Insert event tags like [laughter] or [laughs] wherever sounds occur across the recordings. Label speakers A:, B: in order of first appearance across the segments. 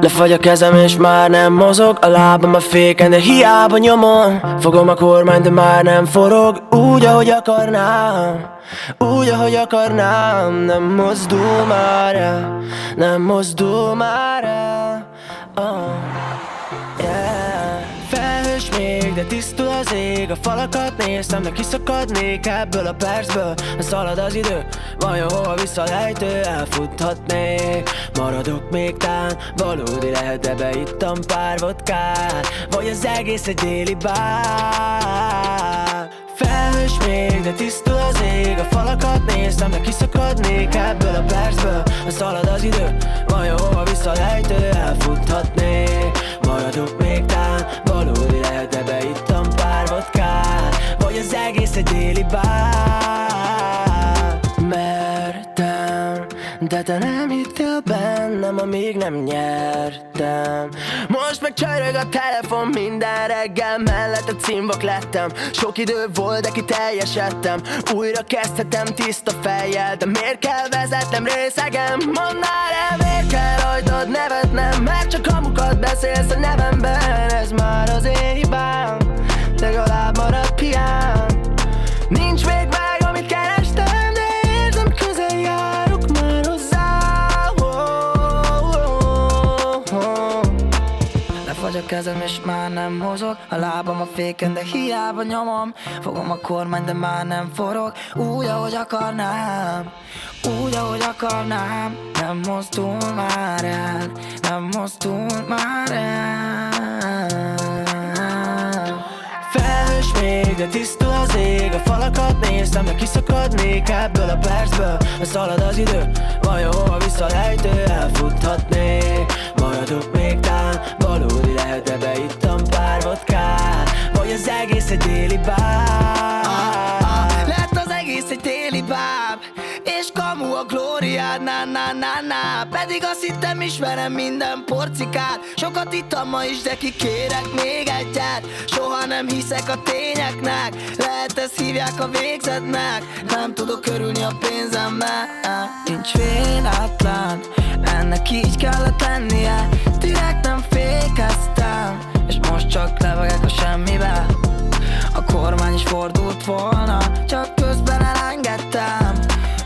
A: Lefagy a kezem és már nem mozog A lábam a féken, de hiába nyomom Fogom a kormány, de már nem forog Úgy, ahogy akarnám Úgy, ahogy akarnám Nem mozdul már el Nem mozdul már el oh. Yeah. Felhős még, de tisztul az ég A falakat néztem, de kiszakadnék ebből a percből Ha szalad az idő, vajon hova vissza lejtő Elfuthatnék, maradok még tán Valódi lehet, de beittam pár vodkát Vagy az egész egy déli bár Felhős még, de tisztul az ég A falakat néztem, de kiszakadnék ebből a percből Ha szalad az idő, vajon hova vissza lejtő Elfuthatnék, Maradok még tán, valódi lehet, de beittam pár vodkát Vagy az egész egy déli bár Mertem, de te nem hittél bennem, amíg nem nyertem Most meg csörög a telefon minden reggel Mellett a címvak lettem Sok idő volt, de kiteljesedtem Újra kezdhetem tiszta fejjel De miért kell vezetnem részegen? Mondd már el, miért kell rajtad nevetnem Mert csak hamukat beszélsz a nevemben Ez már az én hibám Legalább marad pián Nincs még vágy, amit kerestem De érzem, közel járok már hozzá Oh-oh-oh. Lefagy a kezem és már nem mozog A lábam a féken, de hiába nyomom Fogom a kormány, de már nem forog Úgy, ahogy akarnám Úgy, ahogy akarnám Nem mozdul már el Nem mozdul már el Felhős még, de tisztul az ég A falakat néztem, de kiszakadnék ebből a percből Ha szalad az idő, vajon hova vissza lejtő Elfuthatnék, maradok még tán Valódi lehet, de beittam pár vodkát Vagy az egész egy déli bár Lett Ah, az egész egy téli báb És kamu a glóriád, na na na na Pedig azt hittem ismerem minden porcikát Sokat ittam ma is, de kikérek még egyet Soha nem hiszek a tényeknek Lehet ezt hívják a végzetnek Nem tudok örülni a pénzemnek Nincs véletlen Ennek így kellett lennie Direkt nem fékeztem És most csak levegek a semmibe a kormány is fordult volna Csak közben elengedtem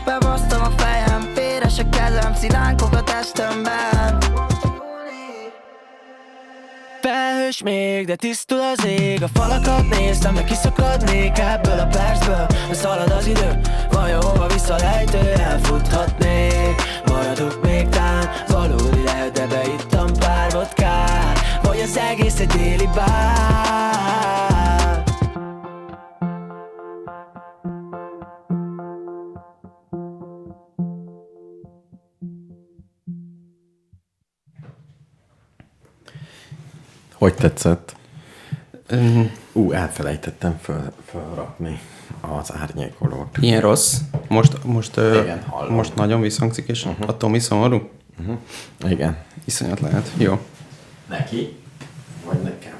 A: Bebasztam a fejem, véres a kezem Szilánkok a testemben Felhős még, de tisztul az ég A falakat néztem, de kiszakadnék ebből a percből Ha szalad az idő, vajon hova vissza lejtő Elfuthatnék, maradok még tán Valódi lehet, de beittam pár vodkát Vagy az egész egy déli bár
B: Hogy tetszett? Ú, elfelejtettem föl, fölrakni az árnyékolót.
C: Ilyen rossz. Most, most, ö,
B: Igen, hallom. Mhm.
C: most nagyon visszhangzik, és uh-huh. attól mi szomorú?
B: Igen.
C: Iszonyat lehet. Jó.
B: Neki? Vagy nekem?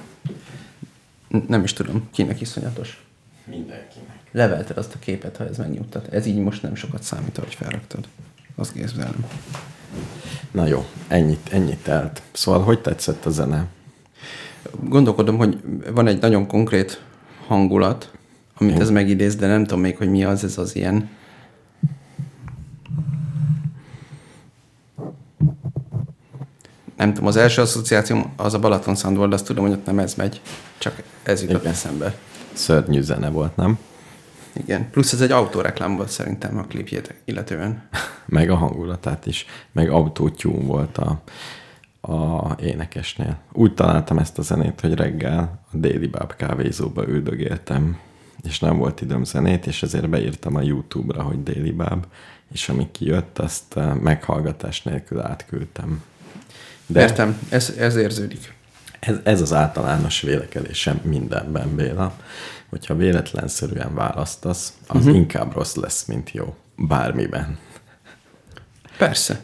C: N- Nem is tudom, kinek iszonyatos.
B: Mindenkinek.
C: Levelted azt a képet, ha ez megnyugtat. Ez így most nem sokat számít, hogy felraktad. Azt képzelem.
B: Na jó, ennyit, ennyit telt. Szóval hogy tetszett a zene?
C: Gondolkodom, hogy van egy nagyon konkrét hangulat, amit ez megidéz, de nem tudom még, hogy mi az ez az ilyen. Nem tudom, az első asszociációm az a Balaton Sound volt, de azt tudom, hogy ott nem ez megy. Csak ez jutott Igen.
B: Igen.
C: eszembe.
B: Szörnyű zene volt, nem?
C: Igen. Plusz ez egy autóreklám volt szerintem a klipjét illetően.
B: Meg a hangulatát is. Meg autotune volt a, a énekesnél. Úgy találtam ezt a zenét, hogy reggel a déli báb kávézóba üldögéltem, és nem volt időm zenét, és ezért beírtam a YouTube-ra, hogy déli báb, és ami kijött, azt eh, meghallgatás nélkül átküldtem.
C: De... Értem, ez, ez érződik.
B: Ez, ez az általános vélekedésem mindenben, Béla. Hogyha véletlenszerűen választasz, az uh-huh. inkább rossz lesz, mint jó. Bármiben.
C: Persze.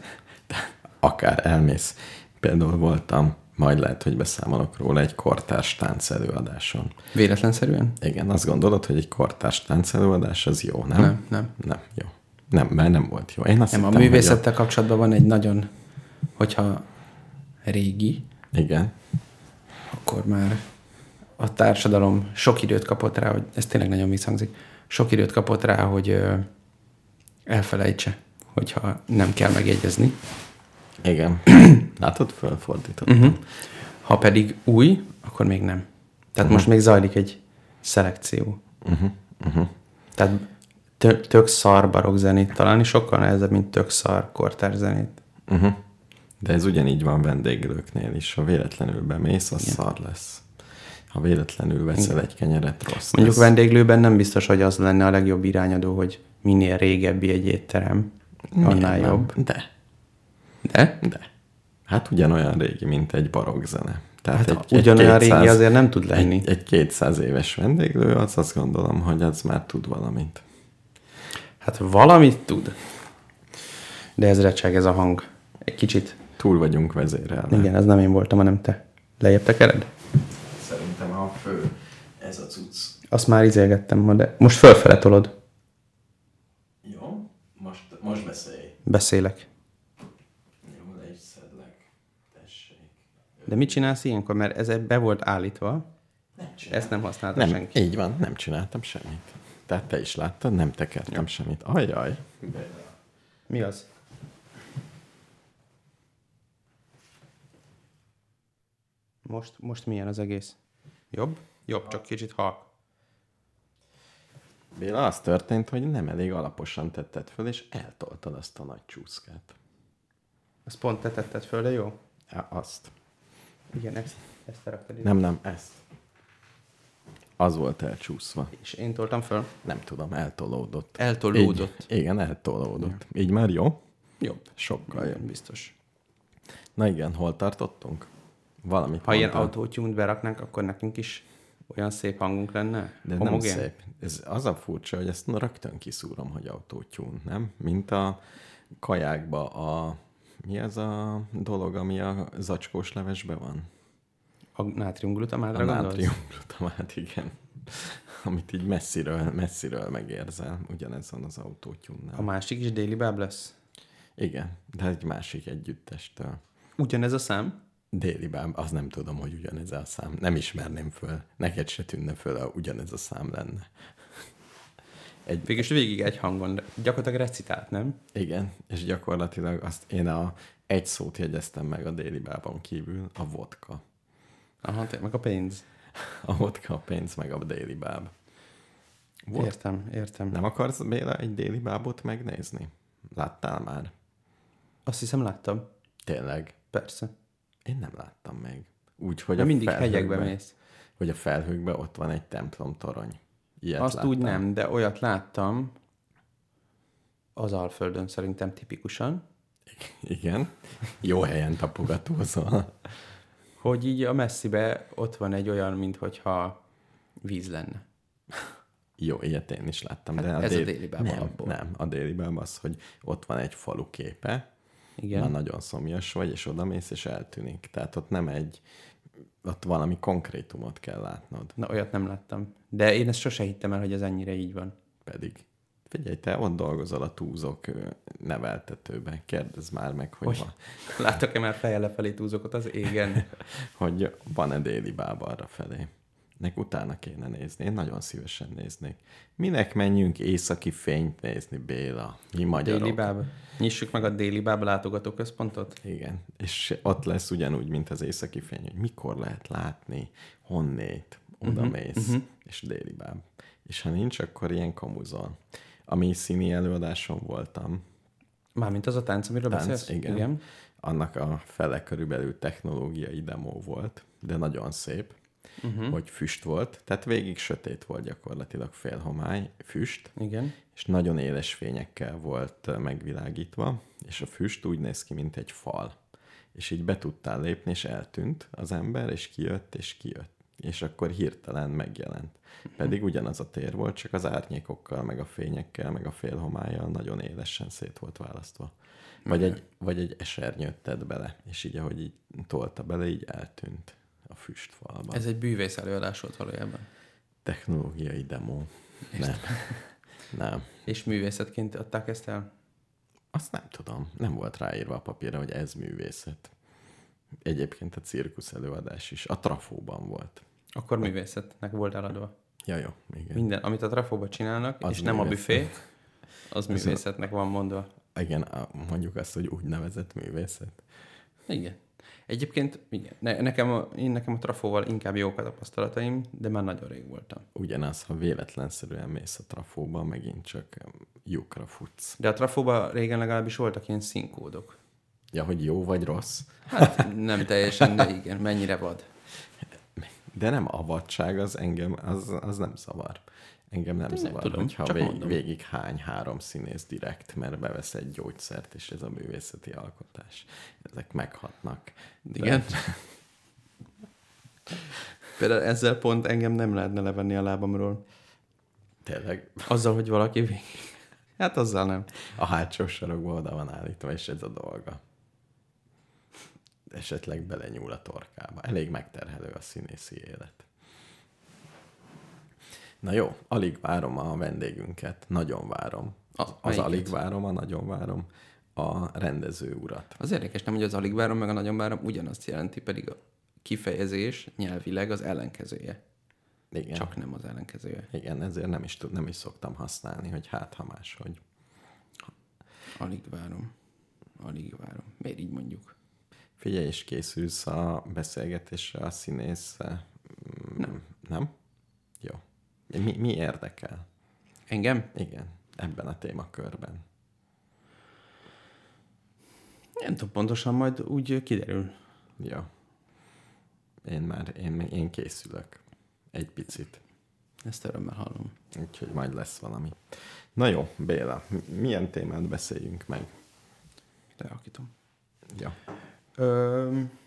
B: Akár elmész. Például voltam, majd lehet, hogy beszámolok róla egy kortárs tánc előadáson.
C: Véletlenszerűen?
B: Igen, azt gondolod, hogy egy kortárs tánc előadás az jó, nem?
C: Nem, nem.
B: Nem, jó. Nem, mert nem volt jó. Én azt
C: Nem, a
B: hittem, hogy
C: művészettel kapcsolatban van egy nagyon, hogyha régi,
B: Igen.
C: akkor már a társadalom sok időt kapott rá, hogy ez tényleg nagyon visszhangzik, sok időt kapott rá, hogy ö, elfelejtse, hogyha nem kell megjegyezni. [coughs]
B: Igen. Látod, fölfordítottam.
C: Uh-huh. Ha pedig új, akkor még nem. Tehát uh-huh. most még zajlik egy szelekció. Uh-huh. Uh-huh. Tehát tök, tök szar barokk zenét találni sokkal nehezebb, mint tök szar kortárs zenét.
B: Uh-huh. De ez ugyanígy van vendéglőknél is. Ha véletlenül bemész, az Igen. szar lesz. Ha véletlenül veszel egy kenyeret, rossz
C: Mondjuk
B: lesz.
C: vendéglőben nem biztos, hogy az lenne a legjobb irányadó, hogy minél régebbi egy étterem, annál
B: Nem,
C: jobb.
B: De,
C: De?
B: de. Hát ugyanolyan régi, mint egy barokzene. Tehát
C: Hát ugyanolyan régi azért nem tud lenni.
B: Egy, egy 200 éves vendéglő, az azt gondolom, hogy az már tud valamit.
C: Hát valamit tud. De ez recseg ez a hang. Egy kicsit.
B: Túl vagyunk vezérelve.
C: Igen, ez nem én voltam, hanem te. Lejjebb tekered?
B: Szerintem a fő ez a cucc.
C: Azt már izélgettem ma, de most fölfele tolod.
B: Jó, most, most beszélj.
C: Beszélek.
B: Jó, le is szedlek. Tessék.
C: De mit csinálsz ilyenkor? Mert ez be volt állítva. Nem ezt nem használta nem.
B: Nem,
C: senki.
B: így van, nem csináltam semmit. Tehát te is láttad, nem tekertem semmit. Ajaj.
C: Mi az? Most, most milyen az egész? Jobb? Jobb, csak kicsit halk.
B: Béla, az történt, hogy nem elég alaposan tetted föl, és eltoltad azt a nagy csúszkát.
C: Ezt pont te tetted föl, de jó?
B: Á, Azt.
C: Igen, ezt, ezt te raktad ide.
B: Nem, nem, ezt. Az volt elcsúszva.
C: És én toltam föl.
B: Nem tudom, eltolódott.
C: Eltolódott.
B: Így, igen, eltolódott. Ja. Így már jó?
C: Jobb.
B: Sokkal jobb.
C: biztos.
B: Na igen, hol tartottunk? Valamit
C: Ha ilyen
B: mondtál.
C: autótyúnt beraknánk, akkor nekünk is olyan szép hangunk lenne?
B: De nem szép. Ez az a furcsa, hogy ezt rögtön kiszúrom, hogy autótyún, nem? Mint a kajákba a... Mi ez a dolog, ami a zacskós levesbe van?
C: A nátriumglutamátra
B: A
C: gondolsz?
B: nátriumglutamát, igen. Amit így messziről, messziről megérzel, ugyanez van az
C: A
B: autótyúnnál.
C: másik is déli báb lesz?
B: Igen, de egy másik együttestől.
C: Ugyanez a szám?
B: Déli bám, az nem tudom, hogy ugyanez a szám. Nem ismerném föl. Neked se tűnne föl, ha ugyanez a szám lenne. Egy
C: Végülis végig egy hangon, de gyakorlatilag recitált, nem?
B: Igen, és gyakorlatilag azt én a egy szót jegyeztem meg a déli bában kívül, a vodka.
C: Aha, te- meg a pénz.
B: A vodka, a pénz, meg a déli báb. Vodka.
C: Értem, értem.
B: Nem akarsz, Béla, egy déli bábot megnézni? Láttál már?
C: Azt hiszem láttam.
B: Tényleg?
C: Persze.
B: Én nem láttam még. Úgyhogy
C: De
B: a
C: mindig
B: felhőkbe-
C: hegyekbe mész.
B: Hogy a felhőkben ott van egy templom torony. Ilyet
C: Azt
B: láttam.
C: úgy nem, de olyat láttam az Alföldön szerintem
B: [laughs]
C: tipikusan,
B: Igen. Jó helyen tapogatózol.
C: hogy így a messzibe ott van egy olyan, minthogyha víz lenne.
B: Jó, ilyet én is láttam. Hát de
C: ez a déli báb
B: nem,
C: alapból.
B: nem, a déli báb az, hogy ott van egy falu képe,
C: Igen.
B: már nagyon szomjas vagy, és oda mész, és eltűnik. Tehát ott nem egy, ott valami konkrétumot kell látnod,
C: Na, olyat nem láttam. De én ezt sose hittem el, hogy ez ennyire így van.
B: pedig. Figyelj, te ott dolgozol a túzok ö, neveltetőben, kérdezz már meg, hogy, hogy?
C: [laughs]
B: Van,
C: Láttak-e már fejjel lefelé túzokot az
B: [laughs]
C: égen?
B: hogy van-e déli báb arra felé. Nek utána kéne nézni, én nagyon szívesen néznék. Minek menjünk északi fényt nézni, Béla? Mi magyarok.
C: Déli báb. Nyissuk meg a Déli báb látogatóközpontot.
B: Igen, és ott lesz ugyanúgy, mint az északi fény, hogy mikor lehet látni, honnét, oda mész, uh-huh, és déli báb. És ha nincs, akkor ilyen kamuzol. Ami színi előadáson voltam,
C: Mármint az a tánc, amiről
B: tánc,
C: beszélsz?
B: igen,
C: igen.
B: igen, annak a fele körülbelül technológiai demo volt, de nagyon szép, uh-huh. hogy füst volt, tehát végig sötét volt gyakorlatilag fél homály, füst,
C: Igen.
B: és nagyon éles fényekkel volt ö, megvilágítva, és a füst úgy néz ki, mint egy fal. És így be tudtál lépni, és eltűnt az ember, és kijött, és kijött. És akkor hirtelen megjelent. Pedig ugyanaz a tér volt, csak az árnyékokkal, meg a fényekkel, meg a félhomályjal nagyon élesen szét volt választva. Vagy egy, vagy egy esernyőt tett bele, és így ahogy így tolta bele, így eltűnt a füstfalba. Ez
C: Ez egy bűvész előadás volt valójában.
B: technológiai demo. Nem. Nem.
C: És művészetként adták ezt el?
B: Azt nem tudom. Nem volt ráírva a papírra, hogy ez művészet. Egyébként a cirkusz előadás is. A trafóban volt.
C: Akkor művészetnek volt eladva.
B: Ja, jó, igen.
C: Minden, amit a trafóba csinálnak,
B: Az
C: és nem a büfé,
B: művészet.
C: az művészetnek van mondva.
B: Igen, a- mondjuk azt, hogy úgynevezett művészet.
C: Igen. Egyébként igen. Ne, nekem, a, én nekem a trafóval inkább jók a tapasztalataim, de már nagyon rég voltam.
B: Ugyanaz, ha véletlenszerűen mész a trafóba, megint csak em, lyukra futsz.
C: De a trafóban régen legalábbis voltak ilyen színkódok.
B: Ja, hogy jó vagy rossz,
C: Hát nem teljesen, de igen, mennyire vad.
B: de nem a vadság, az engem, az, az nem zavar. Engem nem zavar,
C: tudom,
B: hogyha
C: csak
B: vég,
C: mondom.
B: végig hány három színész direkt, mert bevesz egy gyógyszert, és ez a művészeti alkotás. Ezek meghatnak. De
C: Igen. Például ezzel pont engem nem lehetne levenni a lábamról.
B: Tényleg
C: Azzal, hogy valaki végig. Hát azzal nem.
B: a hátsó sarokba oda van állítva, és ez a dolga. Esetleg belenyúl a torkába. Elég megterhelő a színészi élet. Na jó, alig várom a vendégünket. Nagyon várom.
C: A-
B: Az, az
C: melyiket?
B: alig várom, a nagyon várom a rendező urat.
C: Az érdekes nem, hogy az alig várom, meg a nagyon várom ugyanazt jelenti, pedig a kifejezés nyelvileg az ellenkezője.
B: Igen.
C: Csak nem az ellenkezője.
B: Igen, ezért nem is, tud, nem is szoktam használni, hogy hát ha máshogy.
C: Alig várom. Alig várom. Miért így mondjuk?
B: Figyelj, és készülsz a beszélgetésre a színész? Nem. Nem? Jó. Mi, mi érdekel?
C: Engem?
B: Igen, ebben a témakörben.
C: Nem tudom pontosan, majd úgy kiderül.
B: Jó. Én már, én, én készülök. Egy picit.
C: Ezt örömmel hallom.
B: Úgyhogy majd lesz valami. Na jó, Béla, mi- milyen témát beszéljünk meg?
C: Leakítom.
B: Ja,
C: Öm,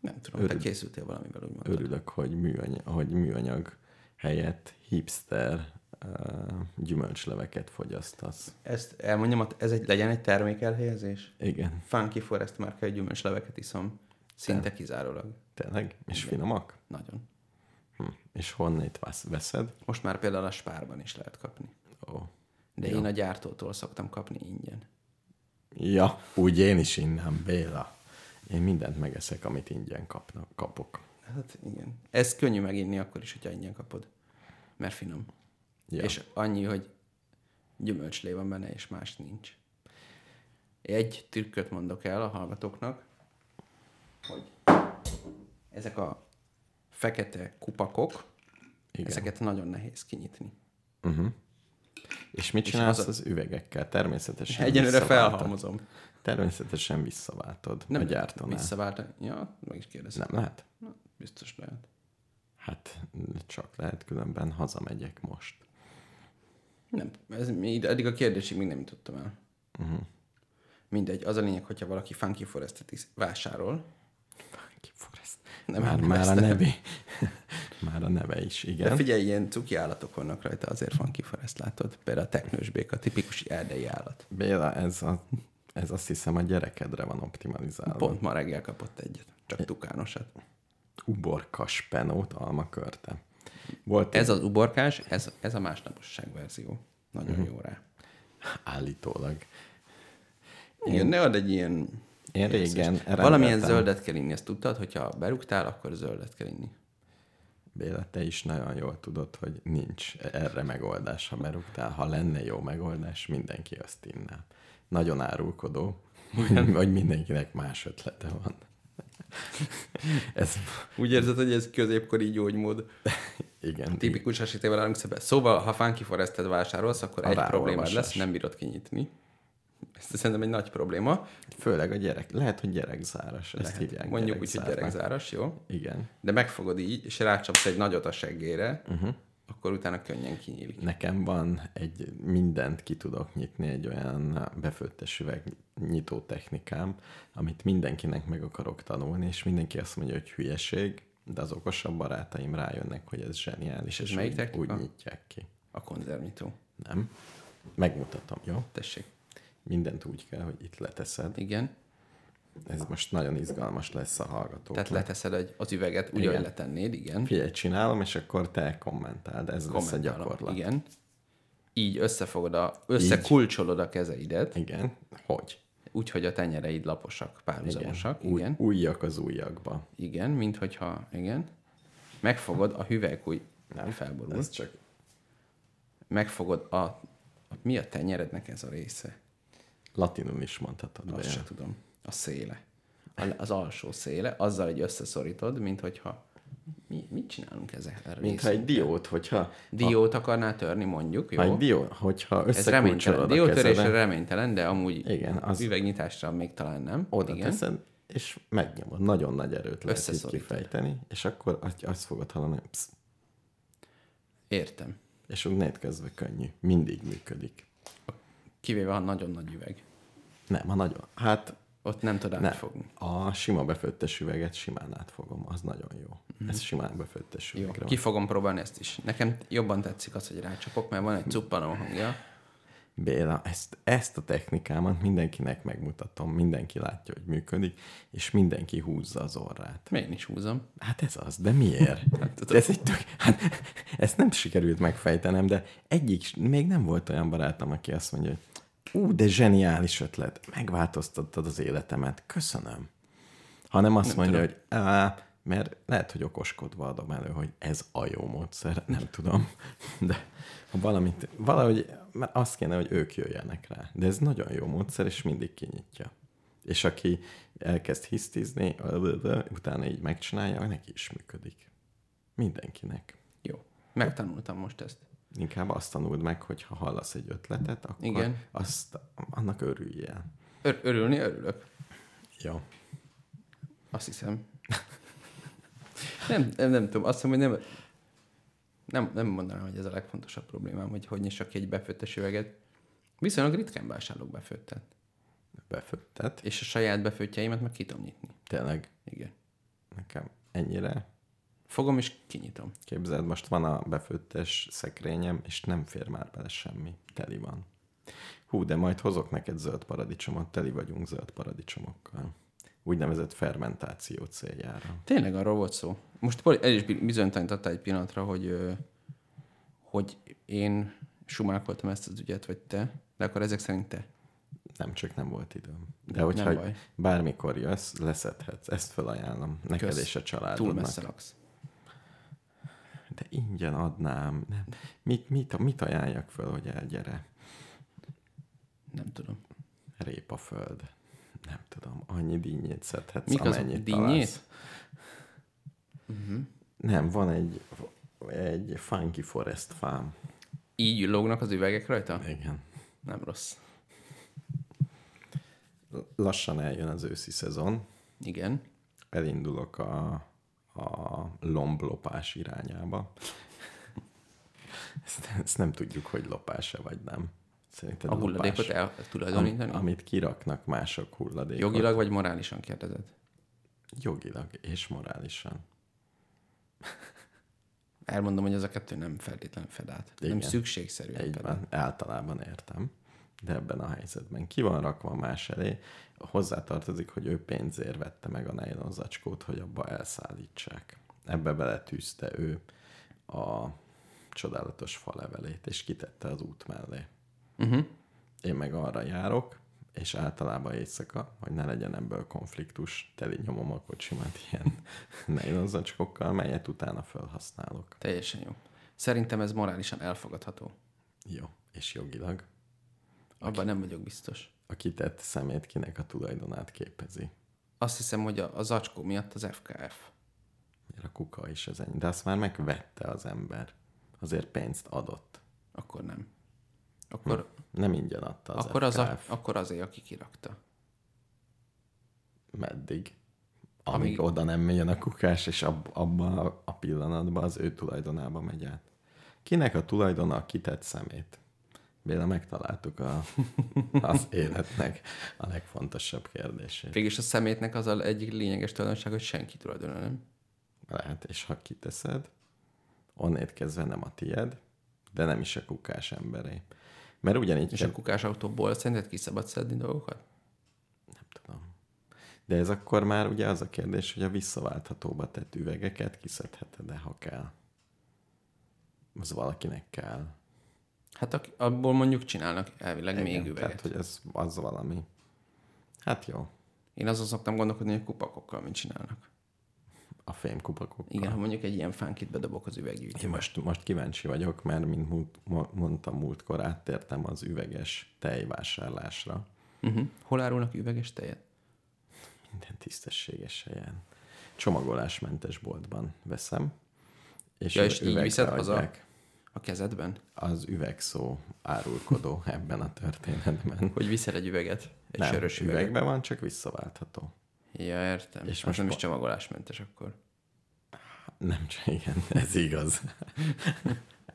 C: nem tudom, Örül.
B: Örülök.
C: te készültél valamivel, úgymond.
B: örülök, hogy műanyag, hogy műanyag helyett hipster uh, gyümölcsleveket fogyasztasz.
C: Ezt elmondjam, hogy ez egy, legyen egy termékelhelyezés?
B: Igen,
C: Funky Forest márka egy gyümölcs leveket iszom. Szinte kizárólag.
B: tényleg? És finomak?
C: Nagyon.
B: Hm. És honnét vasz- veszed?
C: Most már például a spárban is lehet kapni.
B: Ó.
C: De ja. én a gyártótól szoktam kapni ingyen.
B: Ja, úgy én is innen, Béla. Én mindent megeszek, amit ingyen kapnak, kapok.
C: Hát igen. Ez könnyű meginni akkor is, hogyha ingyen kapod. Mert finom.
B: Ja.
C: Ja. És annyi, hogy gyümölcslé van benne, és más nincs. Egy trükköt mondok el a hallgatóknak, hogy ezek a fekete kupakok,
B: Igen.
C: Igen. ezeket nagyon nehéz kinyitni.
B: És mit csinálsz az, az üvegekkel? Természetesen
C: Egyenlőre
B: visszaváltod.
C: felhalmozom.
B: Természetesen visszaváltod nem,
C: Nem
B: a gyártónál. Vissza...
C: Visszaváltani. Ja, meg is kérdezem.
B: Nem lehet?
C: Na, biztos lehet.
B: Hát csak lehet, különben hazamegyek most.
C: Nem, ez még, eddig a kérdésig még nem jutottam el. Uh-huh. Mindegy, az a lényeg, hogyha valaki Funky Forestet is vásárol,
B: Ki fog ezt-
C: Nem,
B: már,
C: nem
B: már a
C: ezt nem.
B: neve. [laughs] már a neve is,
C: de
B: igen.
C: figyelj, ilyen cuki állatok vannak rajta, azért Funky Forest látod. Például a teknős béka, tipikus erdei állat.
B: Béla, ez, a, ez azt hiszem a gyerekedre van optimalizálva.
C: Pont ma reggel kapott egyet, csak tukánosat.
B: Uborkas penót, almakörte. Volt
C: Ez az uborkás, ez, ez a másnaposság verzió. Nagyon uh-huh. jó rá.
B: állítólag.
C: Igen, ne ad egy ilyen...
B: Én régen
C: Valamilyen
B: rendeltem.
C: zöldet kell inni, ezt tudtad, hogyha berúgtál, akkor zöldet kell inni.
B: Béla, te is nagyon jól tudod, hogy nincs erre megoldás, ha berúgtál. Ha lenne jó megoldás, mindenki azt inná. Nagyon árulkodó, hogy hogy mindenkinek más ötlete van. [laughs] Ez,
C: Úgy érzed, hogy ez középkori gyógymód. [laughs]
B: igen, í-
C: Tipikus esetével állunk szembe. Szóval, ha Funky Forestet vásárolsz, akkor
B: A
C: egy
B: ráolvasás.
C: problémád lesz, nem bírod kinyitni. Ez szerintem egy nagy
B: Hát
C: probléma. Hát
B: főleg a gyerek, lehet, hogy gyerekzáras, ezt hívják
C: Mondjuk úgy, hogy
B: gyerekzárnak.
C: gyerekzáras, jó?
B: Igen.
C: De megfogod így, és rácsapsz egy nagyot a seggére,
B: Mhm.
C: uh-huh. akkor utána könnyen kinyílik.
B: Nekem van egy, mindent ki tudok nyitni, egy olyan befőttes üveg nyitó technikám, amit mindenkinek meg akarok tanulni, és mindenki azt mondja, hogy hülyeség, de az okosabb barátaim rájönnek, hogy ez zseniális, és,
C: melyik
B: úgy, úgy
C: technika?
B: nyitják ki.
C: A konzervnyitó.
B: Nem? Megmutatom, jó?
C: Tessék.
B: Mindent úgy kell, hogy itt leteszed.
C: Igen.
B: Ez most nagyon izgalmas lesz a hallgatóknak.
C: Tehát leteszed egy, az üveget, úgy,
B: Igen.
C: ahogy letennéd, igen.
B: Figyelj, csinálom, és akkor te kommentáld, ez lesz a
C: Kommentálom.
B: gyakorlat.
C: Igen. Így összefogod a, összekulcsolod a kezeidet,
B: Igen. Hogy?
C: úgy, hogy a tenyereid laposak, párhuzamosak. Igen. igen.
B: Újjak az újjakba.
C: Igen, mint hogyha, igen. Megfogod a hüvelykúj, nem, felborul.
B: Ez csak
C: Megfogod a, a, mi a tenyerednek ez a része?
B: latinul is mondhatod.
C: Azt
B: Be.
C: se tudom. A széle. A- Az alsó széle, azzal, hogy összeszorítod, mint hogyha mi, mit csinálunk ezzel?
B: Mintha egy diót, hogyha
C: diót akarnál törni, mondjuk, jó?
B: ha egy dió, hogyha
C: Ez reménytelen.
B: összekulcsolod a
C: Diótörésre
B: kezedet,
C: reménytelen, de amúgy
B: Igen,
C: az...
B: az-
C: üvegnyitásra még talán nem.
B: oda
C: Igen.
B: teszed, és megnyomod. Nagyon nagy erőt lehet így
C: Összeszorítod.
B: kifejteni, és akkor azt, azt fogod hallani, hogy psz,
C: Értem.
B: és úgy kezdve könnyű. Mindig működik.
C: Kivéve, ha nagyon nagy üveg.
B: Nem, ha nagyon. Hát
C: Ott nem tud
B: ne,
C: átfogni.
B: a sima befőttes üveget simán átfogom, az nagyon jó. Ez simán befőttes
C: Mhm. Jó,
B: üvegre
C: ki
B: van.
C: fogom próbálni ezt is. Nekem jobban tetszik az, hogy rácsapok, mert van egy cuppanó hangja. Hát
B: Béla, ezt, ezt a technikámat mindenkinek megmutatom, mindenki látja, hogy működik, és mindenki húzza az orrát.
C: Még is húzom.
B: Hát ez az, de miért? De ez egy tök, hát, ezt nem sikerült megfejtenem, de egyik, még nem volt olyan barátom, aki azt mondja, hogy ú, de zseniális ötlet, megváltoztattad az életemet, köszönöm. Hanem azt nem mondja, tudom. hogy á, mert lehet, hogy okoskodva adom elő, hogy ez a jó módszer, nem tudom. De ha valamit, valahogy mert azt kéne, hogy ők jöjjenek rá. De ez nagyon jó módszer, és mindig kinyitja. És aki elkezd hisztizni, utána így megcsinálja, neki is működik. Mindenkinek.
C: Jó. Megtanultam most ezt.
B: Inkább azt tanuld meg, hogy ha hallasz egy ötletet, akkor
C: Igen.
B: azt, annak örüljél.
C: Ör- örülni örülök.
B: Jó.
C: Azt hiszem. Nem, nem, nem tudom. Azt hiszem, hogy nem, nem, nem mondanám, hogy ez a legfontosabb problémám, hogy hogy nyissak ki egy befőttes üveget. Viszonylag ritkán vásárolok befőttet.
B: Befőttet.
C: És a saját befőttjeimet meg ki tudom nyitni.
B: Tényleg
C: Igen.
B: nekem ennyire
C: Fogom és kinyitom.
B: Képzeld, most van a befőttes szekrényem, és nem fér már bele semmi. Teli van. Hú, de majd hozok neked zöld paradicsomot, teli vagyunk zöld paradicsomokkal. Úgynevezett fermentáció céljára.
C: Tényleg arról volt szó. Most poli- el is bizonytalanította egy pillanatra, hogy, ö, hogy én sumákoltam ezt az ügyet, vagy te, de akkor ezek szerint
B: Hát
C: te.
B: Nem, csak nem volt időm. De hogyha
C: nem baj.
B: bármikor jössz, leszedhetsz. Ezt felajánlom neked
C: Kösz.
B: Kösz. és a családodnak.
C: Túl messze laksz.
B: De ingyen adnám. Nem. Mit, mit, mit ajánljak föl, hogy elgyere?
C: Nem tudom.
B: Répa föld. Nem tudom, annyi dinnyét szedhetsz,
C: Mik azok?
B: amennyit
C: Dinnyét?
B: találsz. Nem, van egy, egy funky forest fám.
C: Így lógnak az üvegek rajta?
B: Igen.
C: Nem rossz.
B: Lassan eljön az őszi szezon.
C: Igen.
B: Elindulok a, a lomblopás irányába. Ezt, ezt nem tudjuk, hogy lopás-e vagy nem. Szerinted
C: A hulladékot
B: lopás?
C: el tulajdonítani?
B: Am, amit kiraknak mások hulladékot.
C: Jogilag vagy morálisan kérdezed?
B: Jogilag és morálisan.
C: Elmondom, hogy ez a kettő nem feltétlenül fed át. Igen. Nem
B: Igen.
C: szükségszerű.
B: Így van, általában értem. De ebben a helyzetben ki van rakva más elé, hozzátartozik, hogy ő pénzért vette meg a nylon zacskót, hogy abba elszállítsák. Ebbe beletűzte ő a csodálatos falevelét, és kitette az út mellé.
C: Uh-huh.
B: Én meg arra járok, és általában éjszaka, hogy ne legyen ebből konfliktus, teli nyomom a kocsimat ilyen [laughs] nylon zacskókkal, melyet utána felhasználok.
C: Teljesen jó. Szerintem ez morálisan elfogadható.
B: Jó, és jogilag.
C: Abban nem vagyok biztos.
B: a kitett szemét kinek a tulajdonát képezi.
C: Azt hiszem, hogy a, a zacskó miatt az FKF.
B: Mert a kuka is az enyém. De azt már megvette az ember. Azért pénzt adott.
C: Akkor nem. Akkor,
B: Nem ingyen adta az
C: akkor, az, a,
B: FKF.
C: akkor azért, aki kirakta.
B: Meddig? Amíg
C: Amíg-
B: oda nem jön a kukás, és ab, abban a pillanatban az ő tulajdonába megy át. Kinek a tulajdona a kitett szemét? Béla, megtaláltuk a, [laughs] az életnek a legfontosabb kérdését.
C: Végülis a szemétnek az a egyik lényeges tulajdonság, hogy senki tulajdona, nem?
B: Lehet, és ha kiteszed, onnét kezdve nem a tied, de nem is a kukás emberé. Mert ugyanígy
C: És
B: kell,
C: a kukás autóból szerinted ki szabad szedni dolgokat?
B: nem tudom. De ez akkor már ugye az a kérdés, hogy a visszaválthatóba tett üvegeket kiszedheted-e, ha kell. Az valakinek kell.
C: Hát ak- abból mondjuk csinálnak elvileg
B: Igen,
C: még üveget.
B: Tehát, hogy ez az valami. Hát jó.
C: Én azon szoktam gondolkodni, hogy kupakokkal mit csinálnak.
B: A fémkupakokkal.
C: Igen, ha mondjuk egy ilyen fánkit bedobok az üveggyűjtőbe.
B: Én most, most kíváncsi vagyok, mert mint múlt, mo- mondtam múltkor, áttértem az üveges tejvásárlásra.
C: Uh-huh. Hol árulnak üveges tejet?
B: Minden tisztességes helyen. Csomagolásmentes boltban veszem. És
C: Ja, és így
B: üvegre
C: viszed haza
B: adják.
C: a kezedben,
B: Az üvegszó
C: [laughs]
B: árulkodó ebben a történetben.
C: hogy viszel egy üveget, egy
B: Nem,
C: sörös üveget.
B: üvegben van, csak visszaváltható.
C: Ja, értem.
B: És most
C: És most nem is
B: pa-
C: csomagolásmentes akkor.
B: Nem, csak igen, ez igaz.
C: [laughs]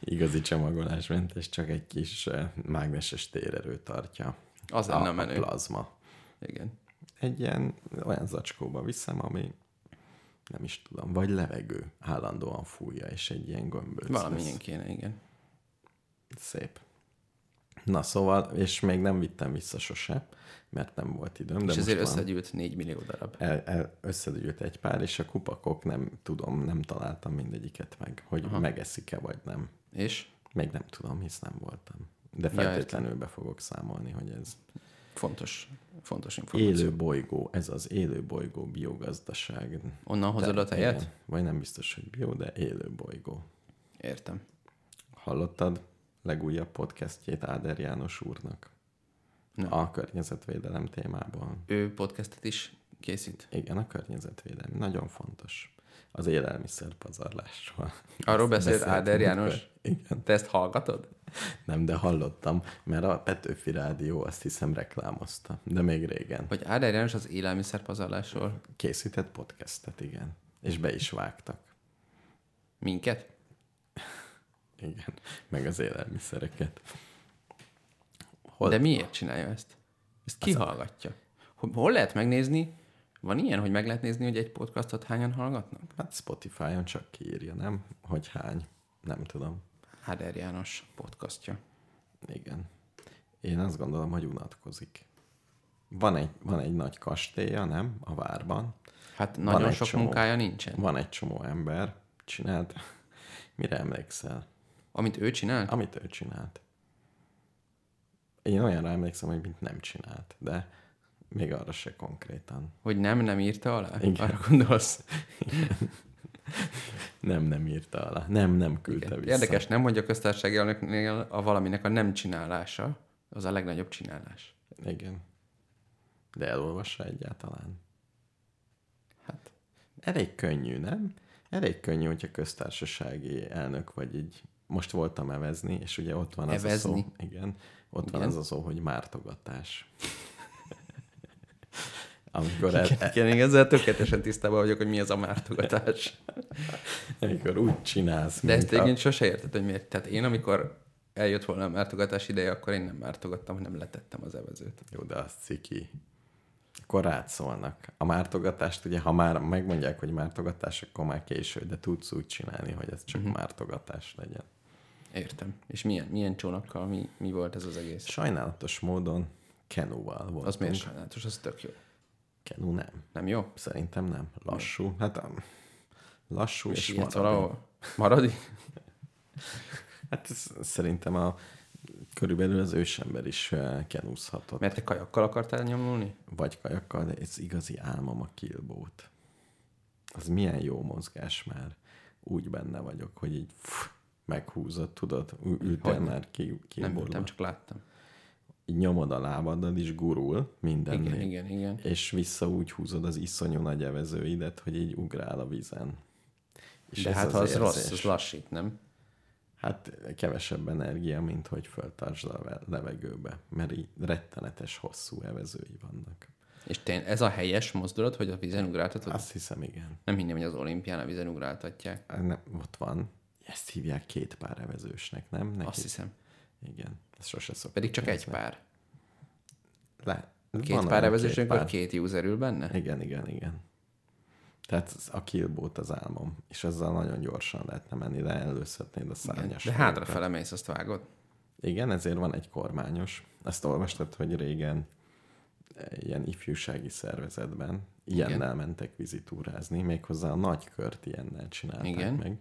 B: Igazi csomagolásmentes, csak egy kis eh, mágneses térerő tartja.
C: Az
B: Ah,
C: lenne a menő.
B: plazma.
C: Igen.
B: Egy ilyen olyan zacskóba viszem, ami nem is tudom, vagy levegő állandóan fújja, és egy ilyen gömböc.
C: Valamilyen
B: lesz.
C: kéne, igen.
B: Szép. Na szóval, és még nem vittem vissza sose, mert nem volt időm. De
C: és ezért
B: most van.
C: összegyűlt 4 millió darab.
B: el, el, összegyűlt egy pár, és a kupakok nem tudom, nem találtam mindegyiket meg, hogy Aha. megeszik-e vagy nem.
C: És
B: Még nem tudom, hisz nem voltam. De
C: értem.
B: feltétlenül be fogok számolni, hogy ez
C: fontos, fontos információ.
B: élő bolygó, ez az élő bolygó biogazdaság.
C: Onnan hozod
B: Te-
C: a tejet?
B: igen. Vagy nem biztos, hogy bio, de élő bolygó.
C: Értem.
B: Hallottad legújabb podcastjét Áder János úrnak?
C: Nem.
B: A környezetvédelem témában.
C: Ő podcastet is készít.
B: Igen, a környezetvédelmi. Nagyon fontos. Az élelmiszerpazarlásról.
C: Arról
B: Ezt
C: beszélt
B: beszéltünk
C: Áder János?
B: már. Igen.
C: Te ezt hallgatod?
B: Nem, de hallottam, mert a Petőfi Rádió azt hiszem reklámozta, de még régen.
C: Vagy Áder János az élelmiszerpazarlásról
B: Készített podcastet, igen. És be is vágtak.
C: minket?
B: Igen. Meg az élelmiszereket.
C: Hol? De miért csinálja ezt? Ezt ki hallgatja? Hol, hol lehet megnézni? Van ilyen, hogy meg lehet nézni, hogy egy podcastot hányan hallgatnak?
B: Hát Spotify-on csak kiírja, nem? Hogy hány? Nem tudom.
C: Áder János podcastja.
B: Igen. Én azt gondolom, hogy unatkozik. Van egy, van egy nagy kastélya, nem? A várban.
C: Hát
B: Van
C: nagyon
B: egy
C: sok
B: csomó.
C: munkája nincsen.
B: Van egy csomó ember. Csinált. [laughs] Mire emlékszel?
C: Amit ő csinál?
B: Amit ő csinált. Én olyanra emlékszem, hogy mint nem csinált, de még arra se konkrétan. [laughs]
C: Hogy nem, nem írta alá?
B: Igen.
C: Arra gondolsz?
B: Nem, nem írta alá. Nem, nem küldte
C: Igen.
B: Igen. vissza.
C: Érdekes, nem mondja a köztársasági elnöknél a valaminek a nem csinálása, az a legnagyobb csinálás.
B: Igen. De elolvassa egyáltalán.
C: Hát,
B: Elég könnyű, nem? Elég könnyű, hogyha köztársasági elnök vagy így. Most voltam evezni, és ugye ott van az a
C: Evezni?
B: szó. Igen. Ott igen.
C: Igen.
B: van az a szó, hogy mártogatás. [laughs] Amikor, el,
C: E- igen, igen, ezzel tökéletesen tisztában vagyok, hogy mi az a mártogatás.
B: amikor úgy csinálsz,
C: De ezt
B: mint a-
C: egyébként sose érted, hogy miért. Tehát én, amikor eljött volna a mártogatás ideje, akkor én nem mártogattam, hanem letettem az evezőt.
B: Jó, de az ciki. Akkor rád szólnak. A mártogatást ugye, ha már megmondják, hogy mártogatás, akkor már késő, de tudsz úgy csinálni, hogy ez csak mártogatás legyen.
C: Értem. És milyen, milyen csónakkal mi, mi volt ez az egész?
B: Sajnálatos módon kenúval volt.
C: Az miért sajnálatos? Az tök jó.
B: Kenú nem.
C: Nem jó?
B: Szerintem nem. Lassú. Hát um, lassú és,
C: És
B: és
C: ilyet
B: marad.
C: valahol maradi?
B: Hát ez, szerintem a körülbelül az ősember is eh, kenúzhatott.
C: Mert te kajakkal akartál nyomulni?
B: Vagy kajakkal, de ez igazi álmom a killboat. Az milyen jó mozgás már. Úgy benne vagyok, hogy így pff, meghúzod, tudod, ü- ültél
C: Hogyne.
B: már ki,
C: Nem
B: killboardba.
C: ültem, csak láttam.
B: Így nyomod a lábaddal, is gurul minden
C: Igen, igen, igen.
B: És vissza úgy húzod az iszonyú nagy evezőidet, hogy így ugrál a vízen. És
C: De
B: ez
C: hát ha az rossz,
B: érzés.
C: az lassít, nem?
B: Hát kevesebb energia, mint hogy föltartsd a ve- levegőbe, mert így rettenetes hosszú evezői vannak.
C: És tény, ez a helyes mozdulat, hogy a vízen ugráltatod?
B: Azt hiszem, igen.
C: Nem hinném, hogy az olimpián a vízen ugráltatják.
B: Nem, ott van. Ezt hívják két pár evezősnek, nem? Neki?
C: Azt hiszem.
B: Igen, ezt sose szoktam.
C: Pedig csak egy
B: nézni.
C: pár.
B: Le,
C: Két
B: van
C: pár
B: olyan
C: evezős,
B: két
C: akkor
B: pár.
C: két user ül benne?
B: Igen, igen, igen. Tehát az- a killboat az álmom, és azzal nagyon gyorsan lehetne menni, de előszednéd a
C: Igen.
B: szárnyas.
C: De
B: hajókat.
C: hátrafele mész, azt vágod.
B: Igen, ezért van egy kormányos. Ezt olvastad, hogy régen eh, ilyen ifjúsági szervezetben ilyennel Igen. mentek vizitúrázni, méghozzá a nagykört ilyennel csinálták
C: Igen.
B: Igen. meg.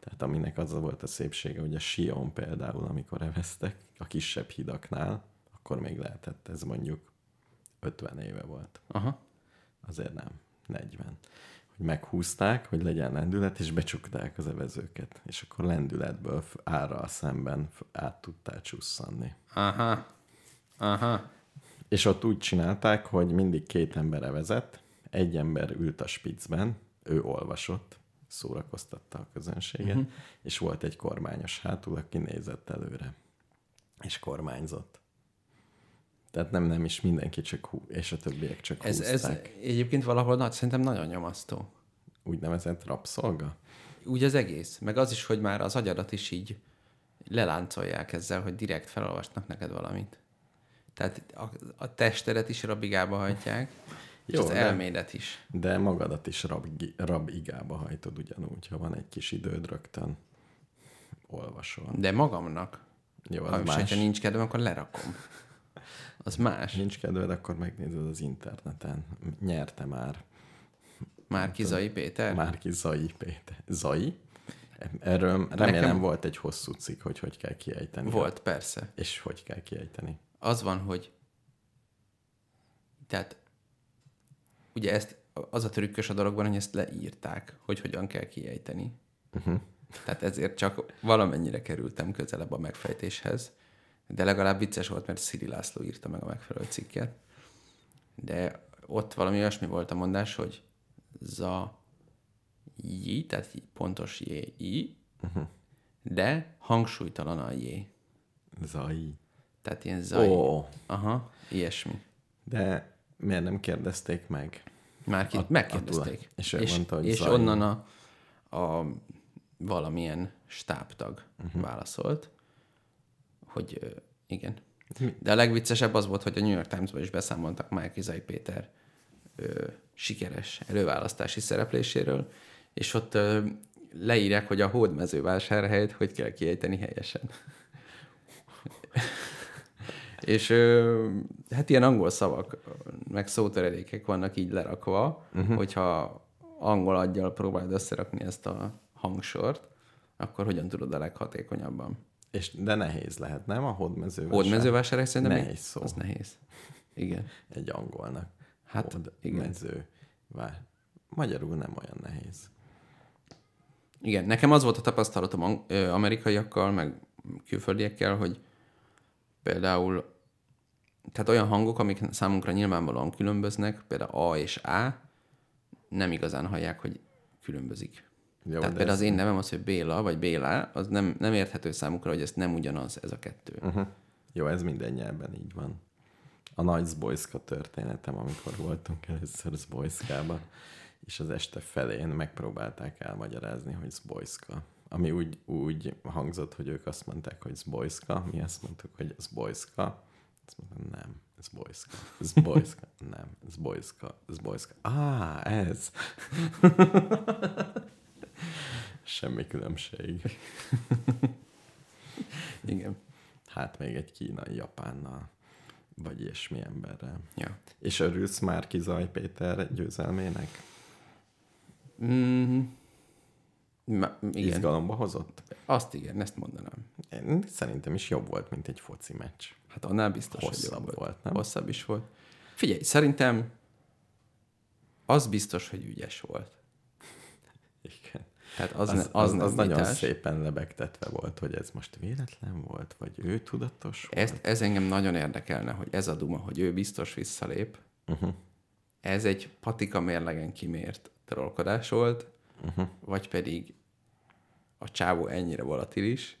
B: Tehát aminek az volt a szépsége, hogy a Sion például, amikor eveztek a kisebb hidaknál, akkor még lehetett ez mondjuk 50 éve volt.
C: Aha.
B: Azért nem, 40. Hogy meghúzták, hogy legyen lendület, és becsukták az evezőket. És akkor lendületből f- árral szemben f- át tudtál csusszanni.
C: Aha. Aha.
B: És ott úgy csinálták, hogy mindig két ember evezett, egy ember ült a spicben, ő olvasott, szórakoztatta a közönséget,
C: Mhm.
B: uh-huh. és volt egy kormányos hátul, aki nézett előre, és kormányzott. Tehát nem, nem is mindenki csak hú, és a többiek csak
C: Ez, ez
B: húzták.
C: egyébként valahol nagy, szerintem nagyon nyomasztó.
B: Úgynevezett rabszolga?
C: Úgy az egész. Meg az is, hogy már az agyadat is így leláncolják ezzel, hogy direkt felolvasnak neked valamit. Tehát a, a testedet is rabigába hajtják, és
B: Jó,
C: az
B: de-
C: elmédet is.
B: De magadat is rab, rab igába hajtod ugyanúgy, ha van egy kis időd rögtön. Olvasol.
C: De magamnak.
B: Jó, az
C: ha és
B: más.
C: hogyha nincs kedvem, akkor lerakom. Az más.
B: Nincs kedved, akkor megnézed az interneten. Nyerte már.
C: Márki Zai Péter.
B: Márki Zai Péter. Zai? Erről remélem
C: Nekem-
B: volt egy hosszú cikk, hogy hogy kell kiejteni.
C: Volt, persze.
B: És hogy kell kiejteni.
C: az van, hogy tehát ugye ezt, az a trükkös a dologban, hogy ezt leírták, hogy hogyan kell kiejteni. Uh-huh. Tehát ezért csak valamennyire kerültem közelebb a megfejtéshez, de legalább vicces volt, mert Szili László írta meg a megfelelő cikket. De ott valami olyasmi volt a mondás, hogy za j, tehát j- pontos j, i, uh-huh. de hangsúlytalan a j.
B: Zai.
C: Tehát ilyen zaj.
B: Zai. Ó,
C: Aha, ilyesmi.
B: de miért nem kérdezték meg?
C: Már ki,
B: A-
C: megkérdezték.
B: attól. És ő mondta, hogy
C: és
B: zaj.
C: onnan a, a valamilyen stábtag
B: Mhm.
C: uh-huh. válaszolt, hogy ö, igen. De a legviccesebb az volt, hogy a New York Times-ban is beszámoltak Márki Zaj Péter ö, sikeres előválasztási szerepléséről, és ott ö, leírják, hogy a hódmezővásárhelyet hogy kell kiejteni helyesen. És ö, hát ilyen angol szavak, meg szótöredékek vannak így lerakva,
B: Mhm.
C: uh-huh. hogyha angol aggyal próbálod összerakni ezt a hangsort, akkor hogyan tudod a leghatékonyabban?
B: És, de nehéz lehet, nem? A hódmezővásár.
C: Hódmezővásárhely szerintem
B: Nehéz
C: még-
B: szó.
C: Az nehéz. Igen.
B: Egy angolnak.
C: Hát, igen.
B: Hódmező. Vár. Magyarul nem olyan nehéz.
C: Igen, nekem az volt a tapasztalatom ang- ö, amerikaiakkal, meg külföldiekkel, hogy például tehát olyan hangok, amik számunkra nyilvánvalóan különböznek, például A és A, nem igazán hallják, hogy különbözik.
B: Jó,
C: Jó, tehát
B: de
C: például
B: ez-
C: az én nevem az, hogy Béla vagy Béla, az nem, nem érthető számukra, hogy ez nem ugyanaz ez a kettő. Uh-huh.
B: Jó, ez minden nyelven így van. A nagy Zbojszka történetem, amikor voltunk először Zbojszkába, és az este felén megpróbálták elmagyarázni, hogy Zbojszka. Ami úgy, úgy hangzott, hogy ők azt mondták, hogy Zbojszka, mi azt mondtuk, hogy Zbojszka. Azt mondtam, nem, Zbojszka, Zbojszka, nem, Zbojszka, Zbojszka. Á, Ah, ez! [laughs] Semmi különbség.
C: Igen.
B: Hát még egy kínai japánnal, vagy ilyesmi emberrel.
C: Ja.
B: És örülsz már Kizaj Péter győzelmének?
C: Mm, ma, igen,
B: Igen. Izgalomba hozott?
C: azt igen, ezt mondanám.
B: Én szerintem is jobb volt, mint egy foci meccs.
C: Hát annál biztos,
B: Hosszabb
C: hogy jobb
B: volt, nem?
C: Hosszabb is volt. Figyelj, szerintem az biztos, hogy ügyes volt.
B: Igen.
C: Tehát
B: Az,
C: az,
B: az,
C: ne,
B: az,
C: nem
B: az nagyon
C: vitás.
B: szépen lebegtetve volt, hogy ez most véletlen volt, vagy ő tudatos volt.
C: Ezt, ez engem nagyon érdekelne, hogy ez a duma, hogy ő biztos visszalép. Uh-huh. Ez egy patika mérlegen kimért trollkodás volt, uh-huh. vagy pedig a csávó ennyire volatilis,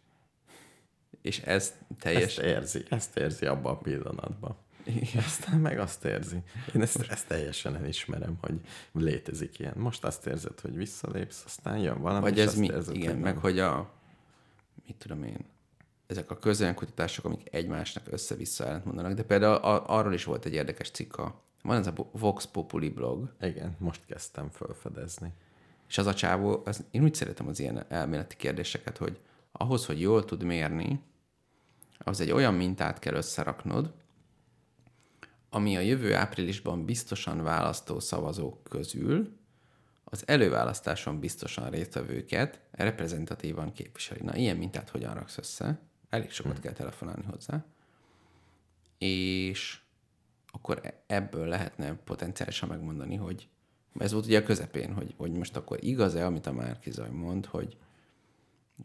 C: és ez
B: Ezt
C: teljes...
B: érzi, ezt érzi abban a pillanatban. Aztán meg azt érzi. Én ezt, ezt teljesen elismerem, hogy létezik ilyen. Most azt érzed, hogy visszalépsz, aztán jön valami,
C: Vagy
B: és
C: ez
B: azt
C: mi?
B: érzed,
C: Igen,
B: hogy
C: meg
B: nem.
C: hogy a, mit tudom én, ezek a közönkutatások, amik egymásnak össze-vissza ellentmondanak, de például a, arról is volt egy érdekes cikka. Van ez a Bo- Vox Populi blog,
B: Igen, most kezdtem felfedezni.
C: és az a csávó, az, én úgy szeretem az ilyen elméleti kérdéseket, hogy ahhoz, hogy jól tud mérni, az egy olyan mintát kell összeraknod, ami a jövő áprilisban biztosan választó szavazók közül az előválasztáson biztosan résztvevőket reprezentatívan képviseli. Na, ilyen mintát hogyan raksz össze? Elég sokat kell telefonálni hozzá. És akkor e- ebből lehetne potenciálisan megmondani, hogy ez volt ugye a közepén, hogy, hogy most akkor igaz-e, amit a Márkizaj mond, hogy,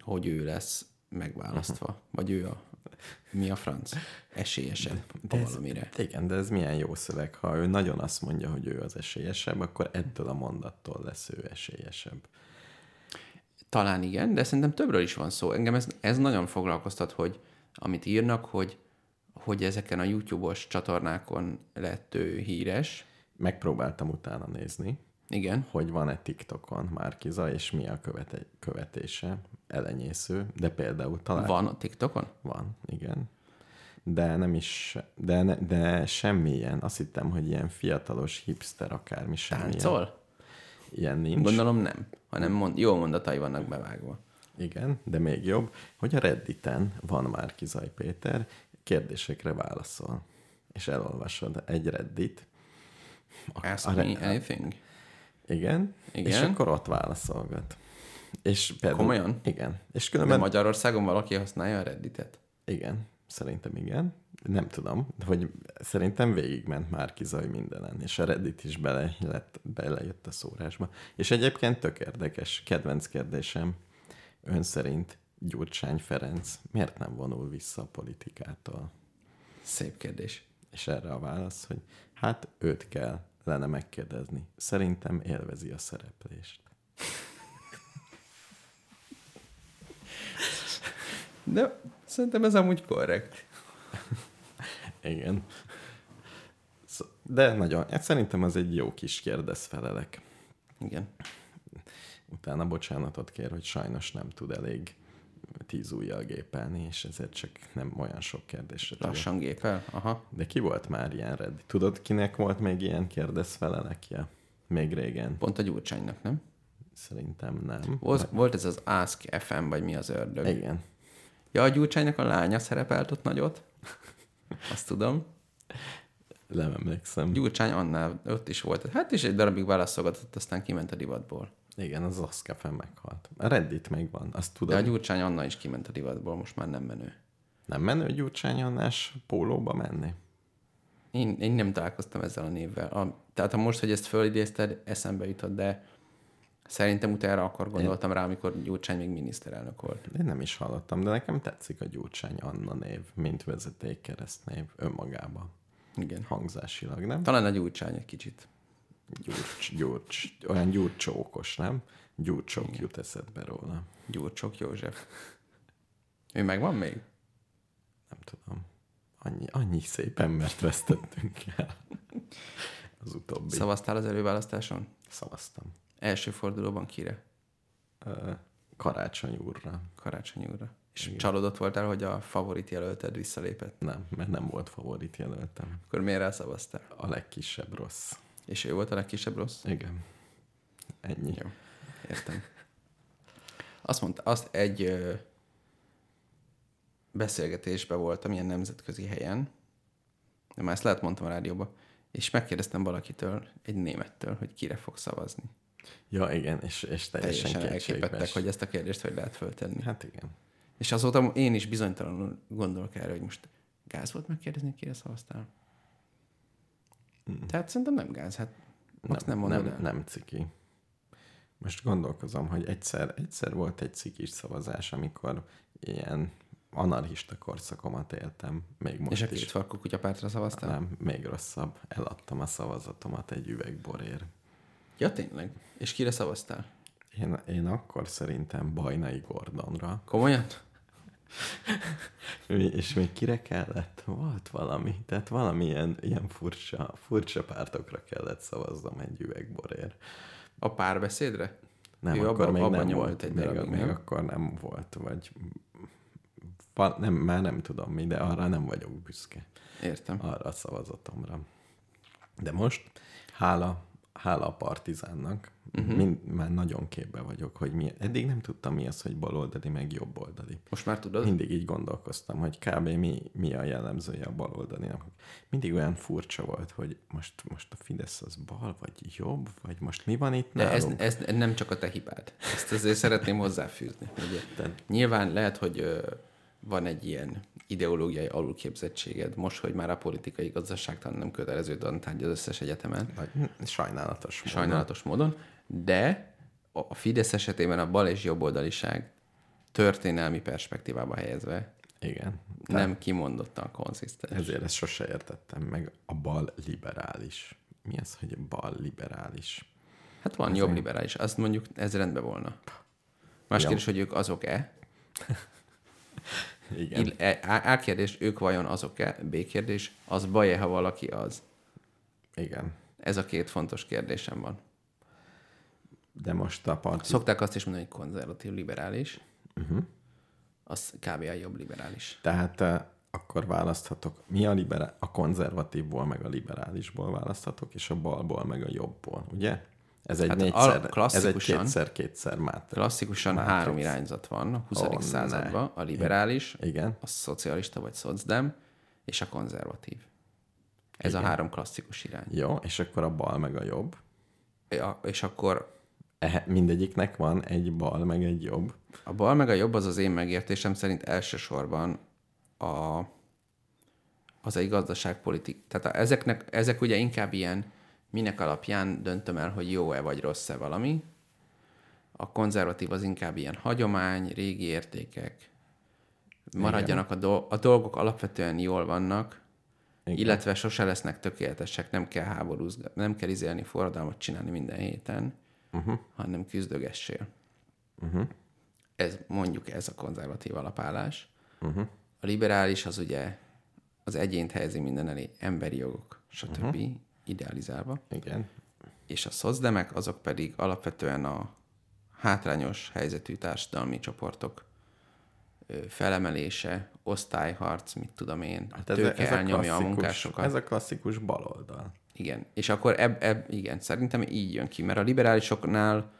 C: hogy ő lesz megválasztva, vagy ő a, mi a franc, esélyesebb
B: De ez,
C: valamire.
B: de Hát igen, de ez milyen jó szöveg. Ha ő nagyon azt mondja, hogy ő az esélyesebb, akkor ettől a mondattól lesz ő esélyesebb.
C: Talán igen, de szerintem többről is van szó. Engem ez, ez nagyon foglalkoztat, hogy amit írnak, hogy, hogy ezeken a YouTube-os csatornákon lett ő híres.
B: Megpróbáltam utána nézni,
C: Igen.
B: hogy van-e TikTokon Márkiza, és mi a követe- követése. Elenyésző, de például talán
C: Van a TikTokon?
B: Van, igen. De nem is, de, ne, de semmilyen. Azt hittem, hogy ilyen fiatalos hipster akármi semmilyen.
C: Táncol?
B: Ilyen nincs.
C: Gondolom nem, hanem mond, jó mondatai vannak bevágva.
B: Igen, de még jobb, hogy a Redditen van már Kizaj Péter, kérdésekre válaszol. És elolvasod egy Reddit. A-
C: Ask
B: a
C: me
B: re-
C: anything.
B: Igen,
C: Igen.
B: és akkor ott válaszolgat. És például,
C: Komolyan?
B: Igen. És
C: De
B: különben
C: Magyarországon valaki használja a Redditet?
B: Igen, szerintem igen. Nem tudom, de hogy szerintem végigment már kizaj mindenen, és a Reddit is bele lett, belejött a szórásba. És egyébként tök érdekes, kedvenc kérdésem, ön szerint Gyurcsány Ferenc miért nem vonul vissza a politikától?
C: Szép kérdés.
B: És erre a válasz, hogy hát őt kell lenne megkérdezni. Szerintem élvezi a szereplést.
C: De szerintem ez amúgy korrekt.
B: Igen. Szó- De nagyon, hát szerintem ez egy jó kis kérdezfelelek.
C: Igen.
B: utána bocsánatot kér, hogy sajnos nem tud elég tíz ujjal gépelni, és ezért csak nem olyan sok kérdésre tud.
C: Lassan gépel? Aha.
B: De ki volt már ilyen Reddit? Tudod, kinek volt még ilyen kérdezfelelekje? Még régen?
C: Pont a Gyurcsánynak, nem?
B: Szerintem nem.
C: Volt, volt ez az Ask FM, vagy mi az ördög?
B: Igen.
C: Ja, a Gyurcsánynak a lánya szerepelt ott nagyot. [laughs] Azt tudom.
B: Nem emlékszem.
C: Gyurcsány annál ott is volt. Hát is egy darabig válaszolgatott, aztán kiment a divatból.
B: Igen, az Oszkafen meghalt. A Reddit még van, azt tudod.
C: De a Gyurcsány Anna is kiment a divatból, most már nem menő.
B: Nem menő Gyurcsány Annás pólóba menni?
C: Én, én nem találkoztam ezzel a névvel. A, tehát ha most, hogy ezt fölidézted, eszembe jutott, de szerintem utána akkor gondoltam rá, amikor Gyurcsány még miniszterelnök volt.
B: Én nem is hallottam, de nekem tetszik a Gyurcsány Anna név, mint vezeték keresztnév önmagában.
C: Igen.
B: Hangzásilag, nem?
C: Talán a Gyurcsány egy kicsit.
B: Gyurcs, gyurcs, olyan gyurcsókos, nem? Gyurcsók Igen. jut eszedbe róla.
C: Gyurcsok József. Ő megvan még?
B: Nem tudom. Annyi, annyi szép embert vesztettünk el. Az utóbbi. Szav-
C: Szavaztál az előválasztáson?
B: Szavaztam.
C: Első fordulóban kire?
B: Ö, Karácsony úrra.
C: Karácsony úrra. És Igen. csalódott voltál, hogy a favorit jelölted visszalépett?
B: Nem, mert nem volt favorit jelöltem.
C: Akkor miért rászavaztál?
B: A legkisebb rossz.
C: És ő volt a legkisebb rossz?
B: Igen. Ennyi.
C: Jó, értem. Azt mondta, azt egy ö, beszélgetésben voltam, ilyen nemzetközi helyen, de már ezt lehet mondtam a rádióba, és megkérdeztem valakitől, egy némettől, hogy kire fog szavazni.
B: Ja, igen, és, és teljesen,
C: Teljesen
B: teljesen
C: elképettek,
B: kétségbes.
C: hogy ezt a kérdést hogy lehet föltenni.
B: Hát igen.
C: És azóta én is bizonytalanul gondolok erre, hogy most gáz volt megkérdezni, kire szavaztál? Mm. Tehát szerintem nem gáz, hát nem, azt nem mondod
B: nem,
C: el.
B: nem ciki. Most gondolkozom, hogy egyszer, egyszer volt egy cikis szavazás, amikor ilyen anarchista korszakomat éltem, még most
C: És a
B: is.
C: két farkú kutyapártra szavaztál?
B: Nem, még rosszabb. Eladtam a szavazatomat egy üvegborért.
C: Ja, tényleg. És kire szavaztál?
B: Én, én akkor szerintem Bajnai Gordonra.
C: Komolyan?
B: Mi- És még kire kellett? Volt valami. Tehát valamilyen ilyen furcsa, furcsa pártokra kellett szavaznom egy üvegborért.
C: A párbeszédre?
B: Nem,
C: Ő
B: akkor
C: abba-
B: még
C: abba
B: nem
C: nyomult
B: volt,
C: egy
B: egy még,
C: darabig,
B: még
C: nem?
B: akkor nem volt, vagy Va- nem, már nem tudom mi, de arra nem vagyok büszke,
C: Értem. A...
B: arra a szavazatomra. De most, hála, hála a partizánnak,
C: Mhm.
B: uh-huh. mind, már nagyon képbe vagyok, hogy mi, eddig nem tudtam mi az, hogy baloldali, meg jobboldali.
C: Most már tudod? Mind...
B: Mindig így gondolkoztam, hogy kb. mi, mi a jellemzője a baloldalinak. Mindig olyan furcsa volt, hogy most, most a Fidesz az bal, vagy jobb, vagy most mi van itt
C: De ez,
B: nálunk?
C: ez nem csak a te hibád. Ezt azért szeretném hozzáfűzni. Ugye? Nyilván lehet, hogy ö, van egy ilyen ideológiai alulképzettséged, most, hogy már a politikai gazdaságtan nem kötelező tantárgy az összes egyetemen,
B: Vagy, sajnálatos. módon.
C: sajnálatos módon, de a a Fidesz esetében a bal és jobboldaliság történelmi perspektívába helyezve
B: Igen.
C: nem kimondottan konzisztens.
B: Ezért ezt sose értettem meg. A bal liberális. Mi az, hogy bal liberális?
C: Hát van jobb liberális, azt mondjuk ez rendben volna. Más
B: Ja.
C: kérdés, hogy ők azok-e?
B: Igen.
C: Ill- e- A A kérdés, ők vajon azok-e? B kérdés, az baj-e, ha valaki az?
B: Igen.
C: Ez a két fontos kérdésem van.
B: De most a parti...
C: Szokták azt is mondani, hogy konzervatív liberális. Uh-huh.
B: Mhm.
C: Az kb. a jobb liberális.
B: Tehát eh, akkor választhatok. Mi a, liberá- a konzervatívból, meg a liberálisból választhatok, és a balból, meg a jobbból, ugye? Ez egy
C: Hát
B: hát
C: a-
B: négyszer, ez egy
C: klasszikusan-
B: kétszer-kétszer mátra.
C: Klasszikusan
B: Matrix.
C: három irányzat van a 20.
B: Ó, ne.
C: században. A liberális,
B: Igen.
C: a szocialista vagy szocdem, és a konzervatív. Ez Igen. a három klasszikus irány.
B: Jó, és akkor a bal, meg a jobb.
C: Ja, és akkor
B: Ehe, mindegyiknek van egy bal, meg egy jobb.
C: A bal meg a jobb az az én megértésem szerint elsősorban a, az egy gazdaságpolitik. Tehát a, ezeknek, ezek ugye inkább ilyen, minek alapján döntöm el, hogy jó-e vagy rossz-e valami. A konzervatív az inkább ilyen hagyomány, régi értékek. Maradjanak a, do- a dolgok alapvetően jól vannak,
B: Igen.
C: Igen. illetve sose lesznek tökéletesek, nem kell háborúzni, nem kell izélni, forradalmat csinálni minden héten, uh-huh. hanem küzdögessél ez mondjuk ez a konzervatív alapállás. Uh-huh. A liberális az ugye az egyént helyezi minden elé, emberi jogok, stb. Uh-huh. idealizálva.
B: Igen.
C: És a szozdemek azok pedig alapvetően a hátrányos helyzetű társadalmi csoportok ö, felemelése, osztályharc, mit tudom én, hát
B: ez,
C: tőke
B: ez, a
C: elnyomja a,
B: klasszikus,
C: munkásokat.
B: ez a klasszikus baloldal.
C: Igen, és akkor eb, eb, igen, szerintem így jön ki, mert a liberálisoknál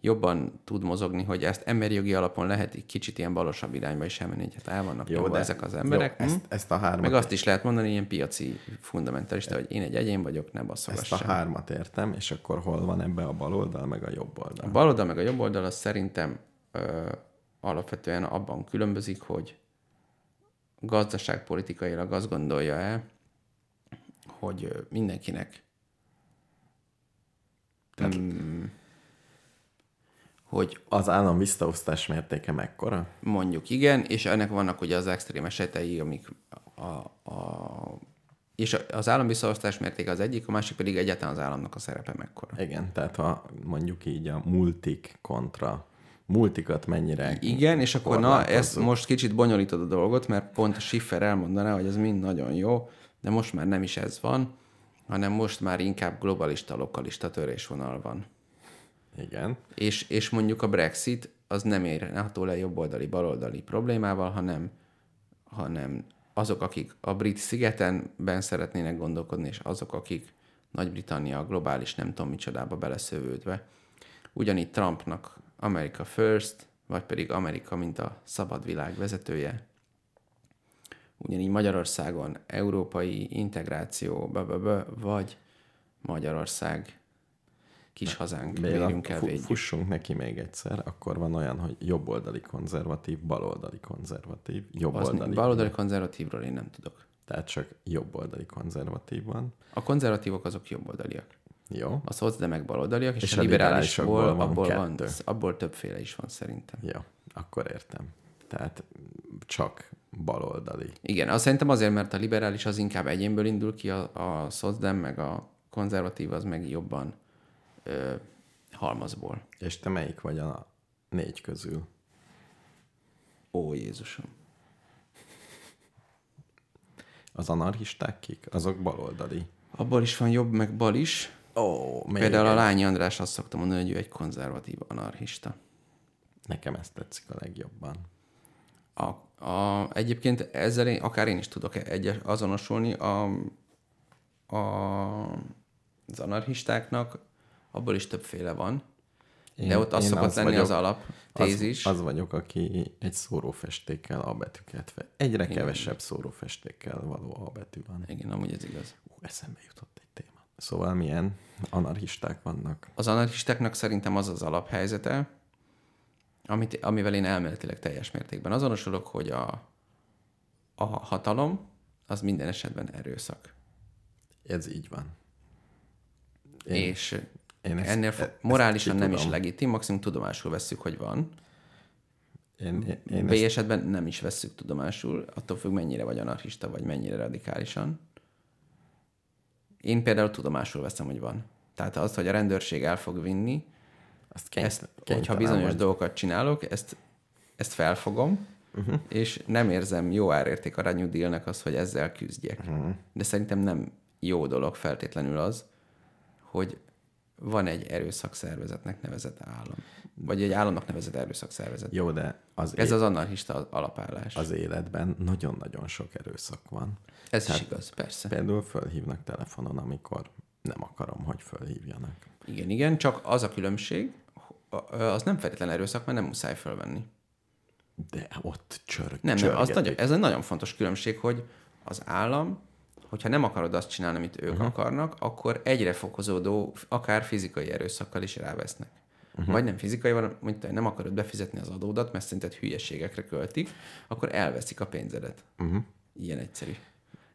C: jobban tud mozogni, hogy ezt emberi jogi alapon lehet így kicsit ilyen balosabb irányba is elmenni, hogy hát el vannak jó, de ezek az emberek.
B: Jó,
C: Jó,
B: ezt, ezt a hármat
C: meg azt is lehet mondani, ilyen piaci fundamentalista, hogy én egy egyén vagyok, ne
B: Ezt a
C: basszogassam.
B: hármat értem, és akkor hol van ebbe a bal oldal, meg a jobb
C: A
B: oldal?
C: bal oldal meg a jobb oldal az szerintem ö, alapvetően abban különbözik, hogy gazdaságpolitikailag azt gondolja-e, hogy ö, mindenkinek Mm, hogy
B: Az állam visszaosztás mértéke mekkora?
C: mondjuk igen, és ennek vannak ugye az extrém esetei, amik a, a és a- az állam visszaosztás mértéke az egyik, a másik pedig egyáltalán az államnak a szerepe mekkora.
B: Igen, tehát ha mondjuk így a multik kontra multikat mennyire...
C: Igen, és akkor na,
B: korlátozzuk?
C: ezt most kicsit bonyolítod a dolgot, mert pont a Schiffer elmondaná, hogy ez mind nagyon jó, de most már nem is ez van, hanem most már inkább globalista, lokalista törésvonal van.
B: Igen,
C: És, és mondjuk a Brexit az nem érható le jobboldali, baloldali problémával, hanem, hanem azok, akik a brit szigetenben szeretnének gondolkodni, és azok, akik Nagy-Britannia a globális nem tudom micsodába beleszövődve. Ugyanígy Trumpnak America First, vagy pedig Amerika, mint a szabad világ vezetője. Ugyanígy Magyarországon európai integráció, bö, bö, bö, vagy Magyarország kis hazánk,
B: Béla,
C: bérünk el
B: fu-
C: védjük.
B: fussunk neki még egyszer, akkor van olyan, hogy jobboldali konzervatív, baloldali konzervatív,
C: Az
B: jobboldali,
C: baloldali konzervatívról én nem tudok.
B: tehát csak jobboldali konzervatív van.
C: A konzervatívok azok jobboldaliak.
B: Jó,
C: A szoc, de meg baloldaliak, és,
B: És
C: és
B: a
C: a liberálisokból
B: liberálisokból van
C: abból, van,
B: kettő.
C: abból többféle is van szerintem.
B: jó, akkor értem. Tehát csak baloldali.
C: Igen, azt szerintem azért, mert a liberális az inkább egyénből indul ki, a, a szocdem, meg a konzervatív az meg jobban ö, halmazból.
B: És te melyik vagy a négy közül?
C: Ó, Jézusom.
B: Az anarchisták kik? Azok baloldali.
C: Abból is van jobb, meg bal is.
B: Ó, oh,
C: Például a Lányi András azt szokta mondani, hogy ő egy konzervatív anarchista.
B: Nekem ez tetszik a legjobban.
C: A, a, egyébként ezzel én, akár én is tudok egyes azonosulni a, a, az anarchistáknak, abból is többféle van, én, de ott az
B: én
C: szokott
B: az
C: lenni az
B: vagyok-
C: alap tézis.
B: Az, az vagyok, aki egy szórófestékkel a betűket fe. Egyre Igen. kevesebb szórófestékkel való a betű van.
C: Igen, amúgy ez igaz.
B: Ú, eszembe jutott egy téma. Szóval milyen anarchisták vannak.
C: Az anarchistáknak szerintem az az alaphelyzete, amit, amivel én elméletileg teljes mértékben azonosulok, hogy a, a hatalom az minden esetben erőszak.
B: Ez így van.
C: Én, és
B: én
C: én
B: ezt-
C: ezt, ennél
B: e-
C: ezt
B: ezt
C: morálisan
B: ki
C: nem is
B: tudom.
C: legitim, maximum tudomásul vesszük, hogy van.
B: Én, én, én
C: B
B: ezt-
C: esetben nem is vesszük tudomásul, attól függ, mennyire vagy anarchista, vagy mennyire radikálisan. Én például tudomásul veszem, hogy van. Tehát az, hogy a rendőrség el fog vinni,
B: azt kényt-
C: ezt, hogyha
B: kénytelen
C: bizonyos
B: vagy.
C: dolgokat csinálok, ezt, ezt felfogom,
B: Mhm.
C: uh-huh. és nem érzem jó árérték arányú dílnek az, hogy ezzel küzdjek.
B: Mhm.
C: Uh-huh. De szerintem nem jó dolog feltétlenül az, hogy van egy erőszakszervezetnek nevezett állam. Vagy egy államnak nevezett erőszakszervezet.
B: Jó, de az,
C: Ez
B: é-
C: az anarchista alapállás.
B: az életben nagyon-nagyon sok erőszak van.
C: Ez
B: hát-
C: is igaz, persze.
B: Például fölhívnak telefonon, amikor nem akarom, hogy fölhívjanak.
C: Igen, igen, csak az a különbség, ho- ö, az nem feltétlen erőszak, mert nem muszáj fölvenni.
B: De ott csörg.
C: Nem, nem az
B: csörgetik.
C: nagyon, ez egy nagyon fontos különbség, hogy az állam, hogyha nem akarod azt csinálni, amit ők uh-huh. akarnak, akkor egyre fokozódó, akár fizikai erőszakkal is rávesznek. Uh-huh. Vagy nem fizikai, hanem mondjuk te nem akarod befizetni az adódat, mert szerinted hülyeségekre költik, akkor elveszik a pénzedet. Uh-huh. Ilyen egyszerű.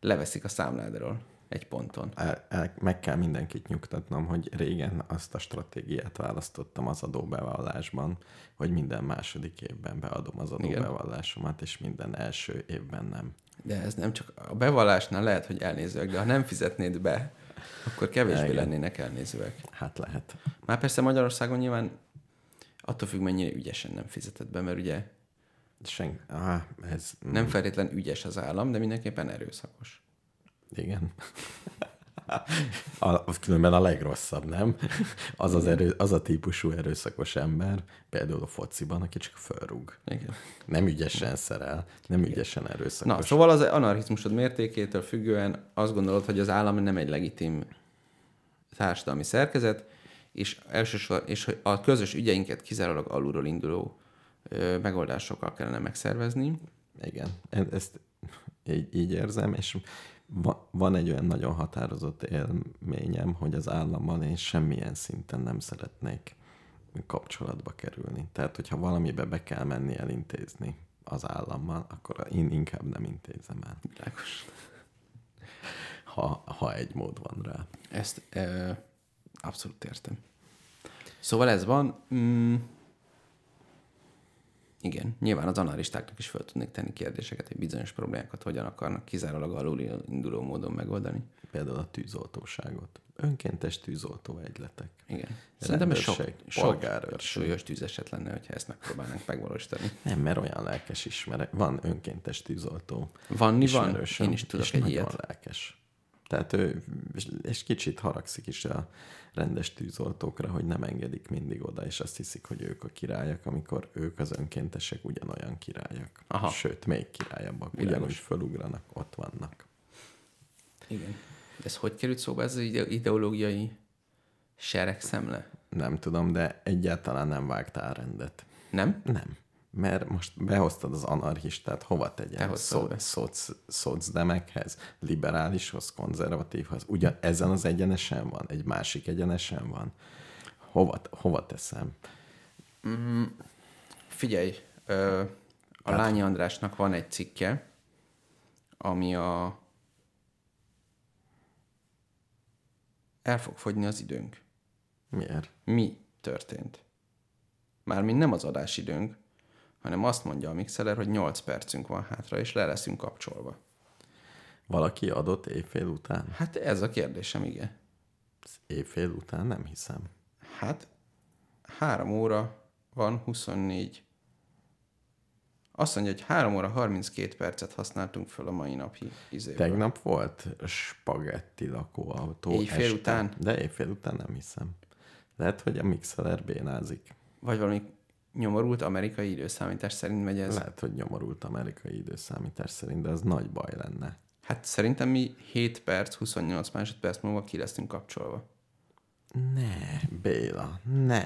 C: Leveszik a számládról egy ponton.
B: el, el, meg kell mindenkit nyugtatnom, hogy régen azt a stratégiát választottam az adóbevallásban, hogy minden második évben beadom az adóbevallásomat, és minden első évben nem.
C: De ez nem csak a bevallásnál lehet, hogy elnézőek, de ha nem fizetnéd be, akkor kevésbé
B: Igen.
C: lennének elnézőek.
B: Hát lehet.
C: Már persze Magyarországon nyilván attól függ, mennyire ügyesen nem fizetett be, mert ugye
B: Sen, ah, ez nem.
C: nem feltétlen ügyes az állam, de mindenképpen erőszakos.
B: Igen. A, különben a legrosszabb, nem? Az, az, erő, az a típusú erőszakos ember, például a fociban, aki csak fölrúg.
C: Igen.
B: Nem ügyesen szerel, nem ügyesen erőszakos.
C: Na, szóval az anarchizmusod mértékétől függően azt gondolod, hogy az állam nem egy legitim társadalmi szerkezet, és elsősorban és hogy a közös ügyeinket kizárólag alulról induló ö, megoldásokkal kellene megszervezni.
B: Igen, e- ezt így, így érzem, és va- van egy olyan nagyon határozott élményem, hogy az állammal én semmilyen szinten nem szeretnék kapcsolatba kerülni. Tehát, hogyha valamibe be kell menni elintézni az állammal, akkor én inkább nem intézem el,
C: Világos.
B: ha, ha egy mód van rá.
C: Ezt ö, abszolút értem. Szóval ez van. Mm, igen, nyilván az analistáknak is fel tudnék tenni kérdéseket, hogy bizonyos problémákat hogyan akarnak kizárólag alul induló módon megoldani.
B: Például a tűzoltóságot. Önkéntes tűzoltó egyletek.
C: Igen. Szerintem ez sok,
B: Rendőrség,
C: sok
B: polgárőrség.
C: súlyos tűzeset lenne, hogyha ezt megpróbálnánk megvalósítani.
B: Nem, mert olyan lelkes ismerek. Van önkéntes tűzoltó.
C: Van, mi van?
B: ismerősöm,
C: Én is tudok
B: és
C: egy
B: nagyon
C: ilyet.
B: lelkes. Tehát ő, és- és kicsit haragszik is a rendes tűzoltókra, hogy nem engedik mindig oda, és azt hiszik, hogy ők a királyak, amikor ők az önkéntesek ugyanolyan királyak.
C: Aha.
B: Sőt, még királyabbak.
C: Világos.
B: Ugyanúgy fölugranak, ott vannak.
C: Igen. Ez hogy került szóba ez az ide- ideológiai seregszemle?
B: Nem tudom, de egyáltalán nem vágtál rendet.
C: Nem?
B: Nem. Mert most behoztad az anarchistát, hova
C: Te
B: tegyen?
C: hoztad
B: Szó,
C: be.
B: szoc, szocdemekhez, liberálishoz, konzervatívhoz. Ugyan ezen az egyenesen van, egy másik egyenesen van. Hova, hova teszem?
C: Mm, Figyelj, ö, a Lányi Andrásnak van egy cikke, ami a... El fog fogyni az időnk.
B: Miért?
C: Mi történt? Mármint nem az adásidőnk, hanem azt mondja a mixeler, hogy 8 percünk van hátra, és le leszünk kapcsolva.
B: Valaki adott éjfél után?
C: Hát ez a kérdésem, igen.
B: Éjfél után nem hiszem.
C: Hát, három óra van 24. Azt mondja, hogy 3 óra 32 percet használtunk föl a mai napi izé- izéből.
B: Tegnap volt spagetti lakóautó.
C: Éjfél után?
B: De éjfél után nem hiszem. Lehet, hogy a mixeler bénázik.
C: Vagy valami nyomorult amerikai időszámítás szerint megy ez.
B: Lehet, hogy nyomorult amerikai időszámítás szerint, de az nagy baj lenne.
C: Hát szerintem mi 7 perc, 28 másodperc múlva ki leszünk kapcsolva.
B: Ne, Béla, ne.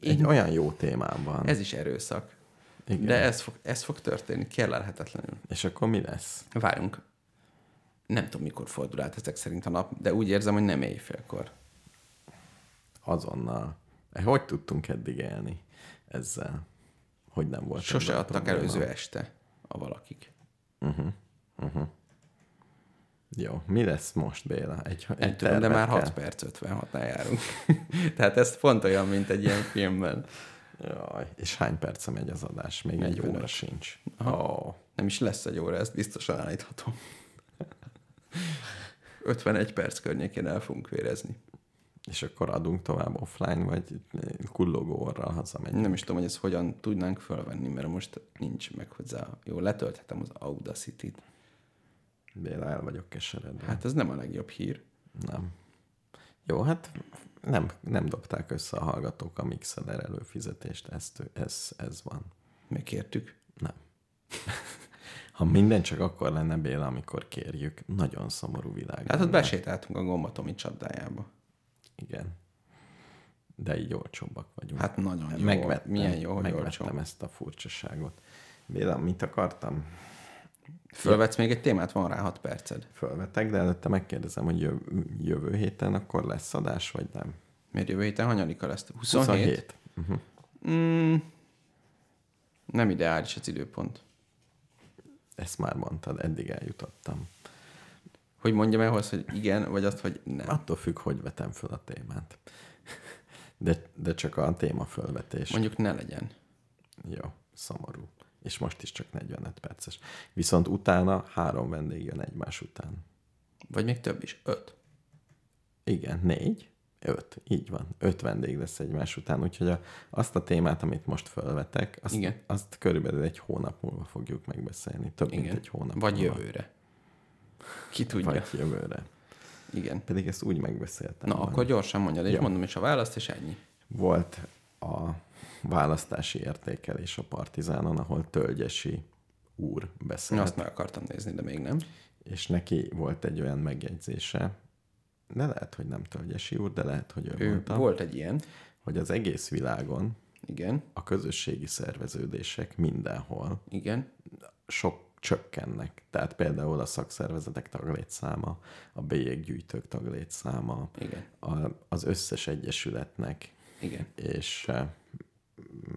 B: Egy olyan jó témában. Ez...
C: Ez is erőszak.
B: Igen.
C: Igen. De ez fog, ez fog történni, kérlelhetetlenül.
B: És akkor mi lesz?
C: Várunk. Nem tudom, mikor fordul át ezek szerint a nap, de úgy érzem, hogy nem éjfélkor.
B: Azonnal. Eh, Hogy tudtunk eddig élni ezzel? Hogy nem volt
C: Sose
B: ebben
C: adtak
B: probléma?
C: előző este a valakik.
B: Jó, mi lesz most, Béla? Egy, egy
C: Nem tudom, de
B: tervet
C: már
B: kell.
C: 6 perc 56-nál járunk. [laughs] Tehát ez pont olyan, mint egy ilyen filmben.
B: Jaj, és hány perce megy az adás? Még egy
C: 45.
B: óra sincs. Oh.
C: Nem is lesz egy óra, ezt biztosan állíthatom. [laughs] 51 perc környékén el fogunk vérezni.
B: És akkor adunk tovább offline, vagy kullogó orral hazamegyünk.
C: Nem is tudom, hogy ezt hogyan tudnánk fölvenni, mert most nincs meg hozzá. Jó, letölthetem az Audacity-t.
B: Béla, el vagyok keseredve. Hát.
C: Hát ez nem a legjobb hír.
B: Nem. Jó, hát nem, nem dobták össze a hallgatók a Mixeler előfizetést, ez, ez, ez van.
C: Megkértük.
B: Nem. ha minden csak akkor lenne, Béla, amikor kérjük, nagyon szomorú világ.
C: Hát ott
B: lenne.
C: besétáltunk a gombatomi csapdájába.
B: Igen. De így olcsóbbak vagyunk.
C: Hát nagyon jó.
B: Megvettem,
C: Milyen jó, hogy
B: megvettem
C: olcsó.
B: ezt a furcsaságot. Béla, mit akartam?
C: Fölvetsz még egy témát, van rá 6 perced.
B: Fölvetek, de előtte megkérdezem, hogy jövő, jövő héten akkor lesz adás, vagy nem?
C: Miért jövő héten hanyadika lesz? 27? 27.
B: Uh-huh.
C: Mm, nem ideális az időpont.
B: Ezt már mondtad, eddig eljutottam.
C: Hogy mondjam el hozzá, hogy igen, vagy azt, hogy nem.
B: Attól függ, hogy vetem föl a témát. De, de csak a téma fölvetés.
C: Mondjuk ne legyen.
B: Jó, szomorú. És most is csak 45 perces. Viszont utána három vendég jön egymás után.
C: Vagy még több is. Öt.
B: Igen, négy, öt, így van. Öt vendég lesz egymás után, úgyhogy a, azt a témát, amit most felvetek, azt,
C: Igen.
B: azt körülbelül egy hónap múlva fogjuk megbeszélni. Több, Igen. mint egy hónap
C: Vagy
B: múlva.
C: jövőre. Ki tudja.
B: Hát, Vagy Hát, jövőre.
C: Igen.
B: Pedig ezt úgy megbeszéltem.
C: Na,
B: már.
C: akkor gyorsan mondjad, és
B: Jó.
C: mondom is a választ, és ennyi.
B: Volt a választási értékelés a Partizánon, ahol Tölgyesi úr
C: Na,
B: beszélt.
C: azt meg akartam nézni, de még nem.
B: és neki volt egy olyan megjegyzése, de lehet, hogy nem Tölgyesi úr, de lehet, hogy ő, ő
C: Ő
B: mondta, volt.
C: Volt egy ilyen.
B: hogy az egész világon
C: Igen.
B: a közösségi szerveződések mindenhol
C: Igen.
B: sok csökkennek. Tehát például a szakszervezetek taglétszáma, a bélyeggyűjtők taglétszáma,
C: Igen.
B: a, az összes egyesületnek,
C: Igen.
B: és eh,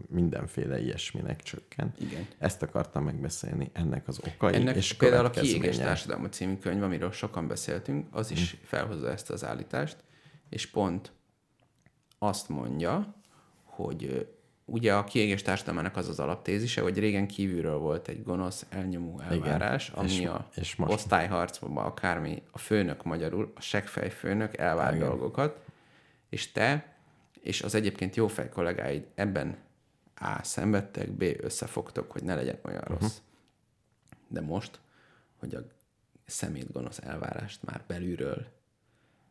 B: mindenféle ilyesminek csökken.
C: Igen.
B: Ezt akartam megbeszélni, ennek az okai
C: Ennek
B: és
C: és például a Kiégés
B: következménye.
C: Társadalma című könyv, amiről sokan beszéltünk, az is
B: Mhm.
C: felhozza ezt az állítást, és pont azt mondja, hogy ö, ugye a kiégés társadalmának az az alaptézise, hogy régen kívülről volt egy gonosz, elnyomó elvárás,
B: és-
C: Igen. ami és, a
B: és
C: és
B: most-
C: most... osztályharcban akármi, a főnök magyarul, a seggfej főnök elvár
B: Igen.
C: Igen. dolgokat, és te és az egyébként jófej kollégáid ebben A. szenvedtek, B. összefogtok, hogy ne legyen olyan uh-huh. rossz. De most, hogy a szemét gonosz elvárást már belülről,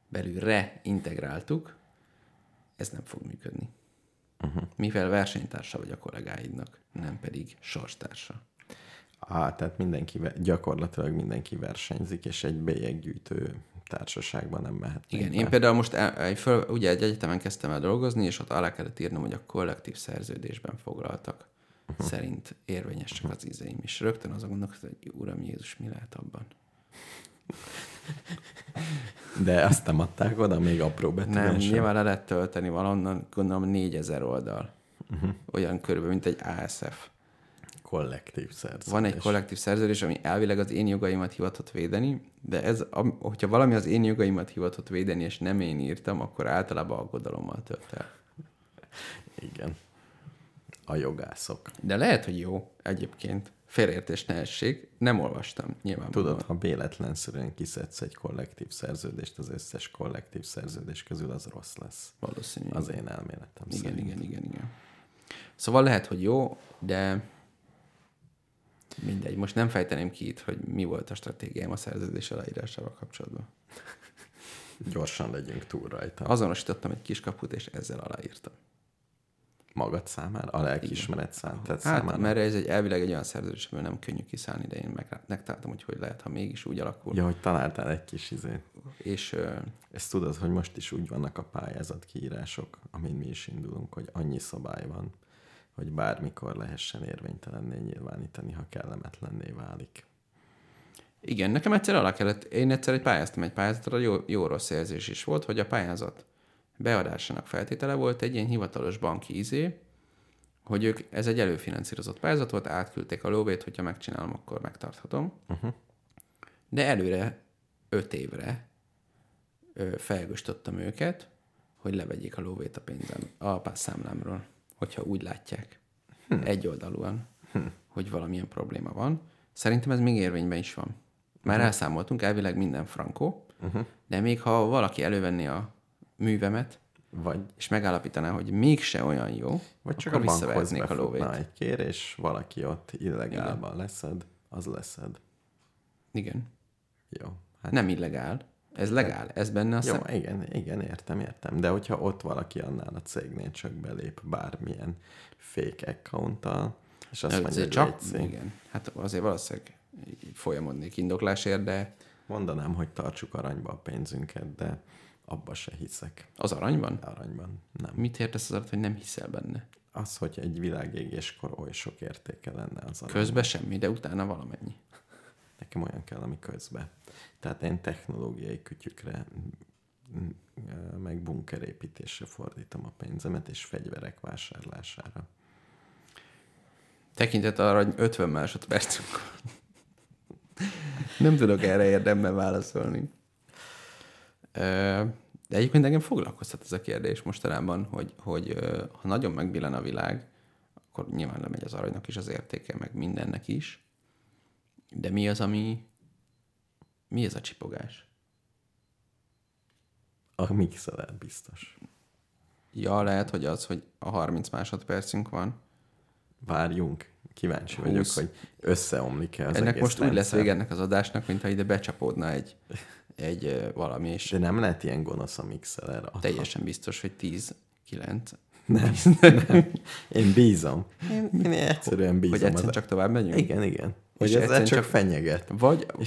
C: belülre integráltuk, ez nem fog működni. Uh-huh. Mivel versenytársa vagy a kollégáidnak, nem pedig sorstársa.
B: Á, tehát mindenki, ve- gyakorlatilag mindenki versenyzik, és egy bélyeggyűjtő társaságban nem mehet.
C: Igen, én például most el, el, föl, ugye egy egyetemen kezdtem el dolgozni, és ott alá kellett írnom, hogy a kollektív szerződésben foglaltak uh-huh. szerint érvényesek az izéim. És rögtön azon gondolkodtam, hogy Uram Jézus, mi lehet abban?
B: De azt nem adták oda, még apró
C: Nem,
B: betűvel sem.
C: nyilván le lehet tölteni valonnan, gondolom 4000 oldal. Uh-huh. Olyan körülbelül, mint egy ASF.
B: Kollektív szerződés.
C: Van egy kollektív szerződés, ami elvileg az én jogaimat hivatott védeni, de ez, am- hogyha valami az én jogaimat hivatott védeni, és nem én írtam, akkor általában aggodalommal tölt el.
B: Igen. A jogászok.
C: De lehet, hogy jó egyébként. Félreértés ne essék. Nem olvastam, nyilván.
B: Tudod, ha véletlenszerűen kiszedsz egy kollektív szerződést, az összes kollektív szerződés közül az rossz lesz.
C: Valószínű.
B: Az én elméletem
C: igen,
B: szerint.
C: igen, igen, igen. Szóval lehet, hogy jó, de mindegy. Most nem fejteném ki itt, hogy mi volt a stratégiám a szerződés aláírásával kapcsolatban.
B: Gyorsan legyünk túl rajta. A...
C: Azonosítottam egy kiskaput, és ezzel aláírtam.
B: Magad számára? A lelkiismeret szánt. Tehát
C: Hát,
B: számára.
C: mert ez egy elvileg egy olyan szerződés, amiből nem könnyű kiszállni, de én meg, megtaláltam, hogy hogy lehet, ha mégis úgy alakul.
B: Ja, hogy találtál egy kis izét.
C: És ö,
B: Ezt tudod, hogy most is úgy vannak a pályázat kiírások, amin mi is indulunk, hogy annyi szabály van, hogy bármikor lehessen érvénytelenné nyilvánítani, ha kellemetlenné válik.
C: Igen, nekem egyszer alá kellett, én egyszer egy pályáztam egy pályázatra, jó, jó rossz érzés is volt, hogy a pályázat beadásának feltétele volt egy ilyen hivatalos banki izé, hogy ők, ez egy előfinanszírozott pályázat volt, átküldték a lóvét, hogyha megcsinálom, akkor megtarthatom. Uh-huh. De előre öt évre ö, felgöstöttem őket, hogy levegyék a lóvét a pénzem, a számlámról, hogyha úgy látják. Hm. Egy oldalúan, hm. hogy valamilyen probléma van. Szerintem ez még érvényben is van. Már
B: Hm.
C: uh-huh. elszámoltunk, elvileg minden frankó, uh-huh. de még ha valaki elővenni a művemet,
B: Vagy,
C: és megállapítaná, hogy mégse olyan jó,
B: vagy csak a bankhoz befutna egy kérés, valaki ott illegálban leszed, az leszed.
C: Igen.
B: Jó. Hát
C: Hát nem illegál. Ez legál. Ez benne a
B: Jó,
C: szem...
B: igen, igen, értem, értem. De hogyha ott valaki annál a cégnél csak belép bármilyen fake accounttal, és azt mondja, hogy
C: csak,
B: csak cég,
C: igen. Hát azért valószínűleg így folyamodnék indoklásért, de
B: mondanám, hogy tartsuk aranyba a pénzünket, de abba se hiszek.
C: az aranyban?
B: Aranyban nem.
C: Mit értesz az alatt, hogy nem hiszel benne?
B: Az, hogy egy világégéskor oly sok értéke lenne az arany.
C: Közben semmi, de utána valamennyi.
B: Nekem olyan kell, ami közbe. Tehát én technológiai kütyükre, m- m- meg bunkerépítésre fordítom a pénzemet, és fegyverek vásárlására.
C: Tekintet arra, hogy 50 másodpercünk van. Nem tudok erre érdemben válaszolni. Ö, De egyébként engem foglalkoztat ez a kérdés mostanában, hogy, hogy ö, ha nagyon megbillen a világ, akkor nyilván lemegy az aranynak is az értéke, meg mindennek is. De mi az, ami... Mi ez a csipogás?
B: A mixelet biztos.
C: Ja, lehet, hogy az, hogy a 30 másodpercünk van.
B: Várjunk. Kíváncsi
C: Húsz.
B: vagyok, hogy összeomlik-e az
C: ennek
B: egész
C: most úgy lesz
B: rendszer.
C: vége ennek az adásnak, mintha ide becsapódna egy, egy ö, valami, és
B: De nem lehet ilyen gonosz a mixeler. Aha.
C: Teljesen biztos, hogy 10, 9.
B: Nem. nem. Én bízom. Én, én egyszerűen bízom.
C: Hogy egyszer
B: az-
C: csak tovább megyünk?
B: Igen, igen. Hogy
C: És
B: ezzel
C: egyszerűen
B: csak,
C: csak-
B: fenyeget.
C: Vagy
B: És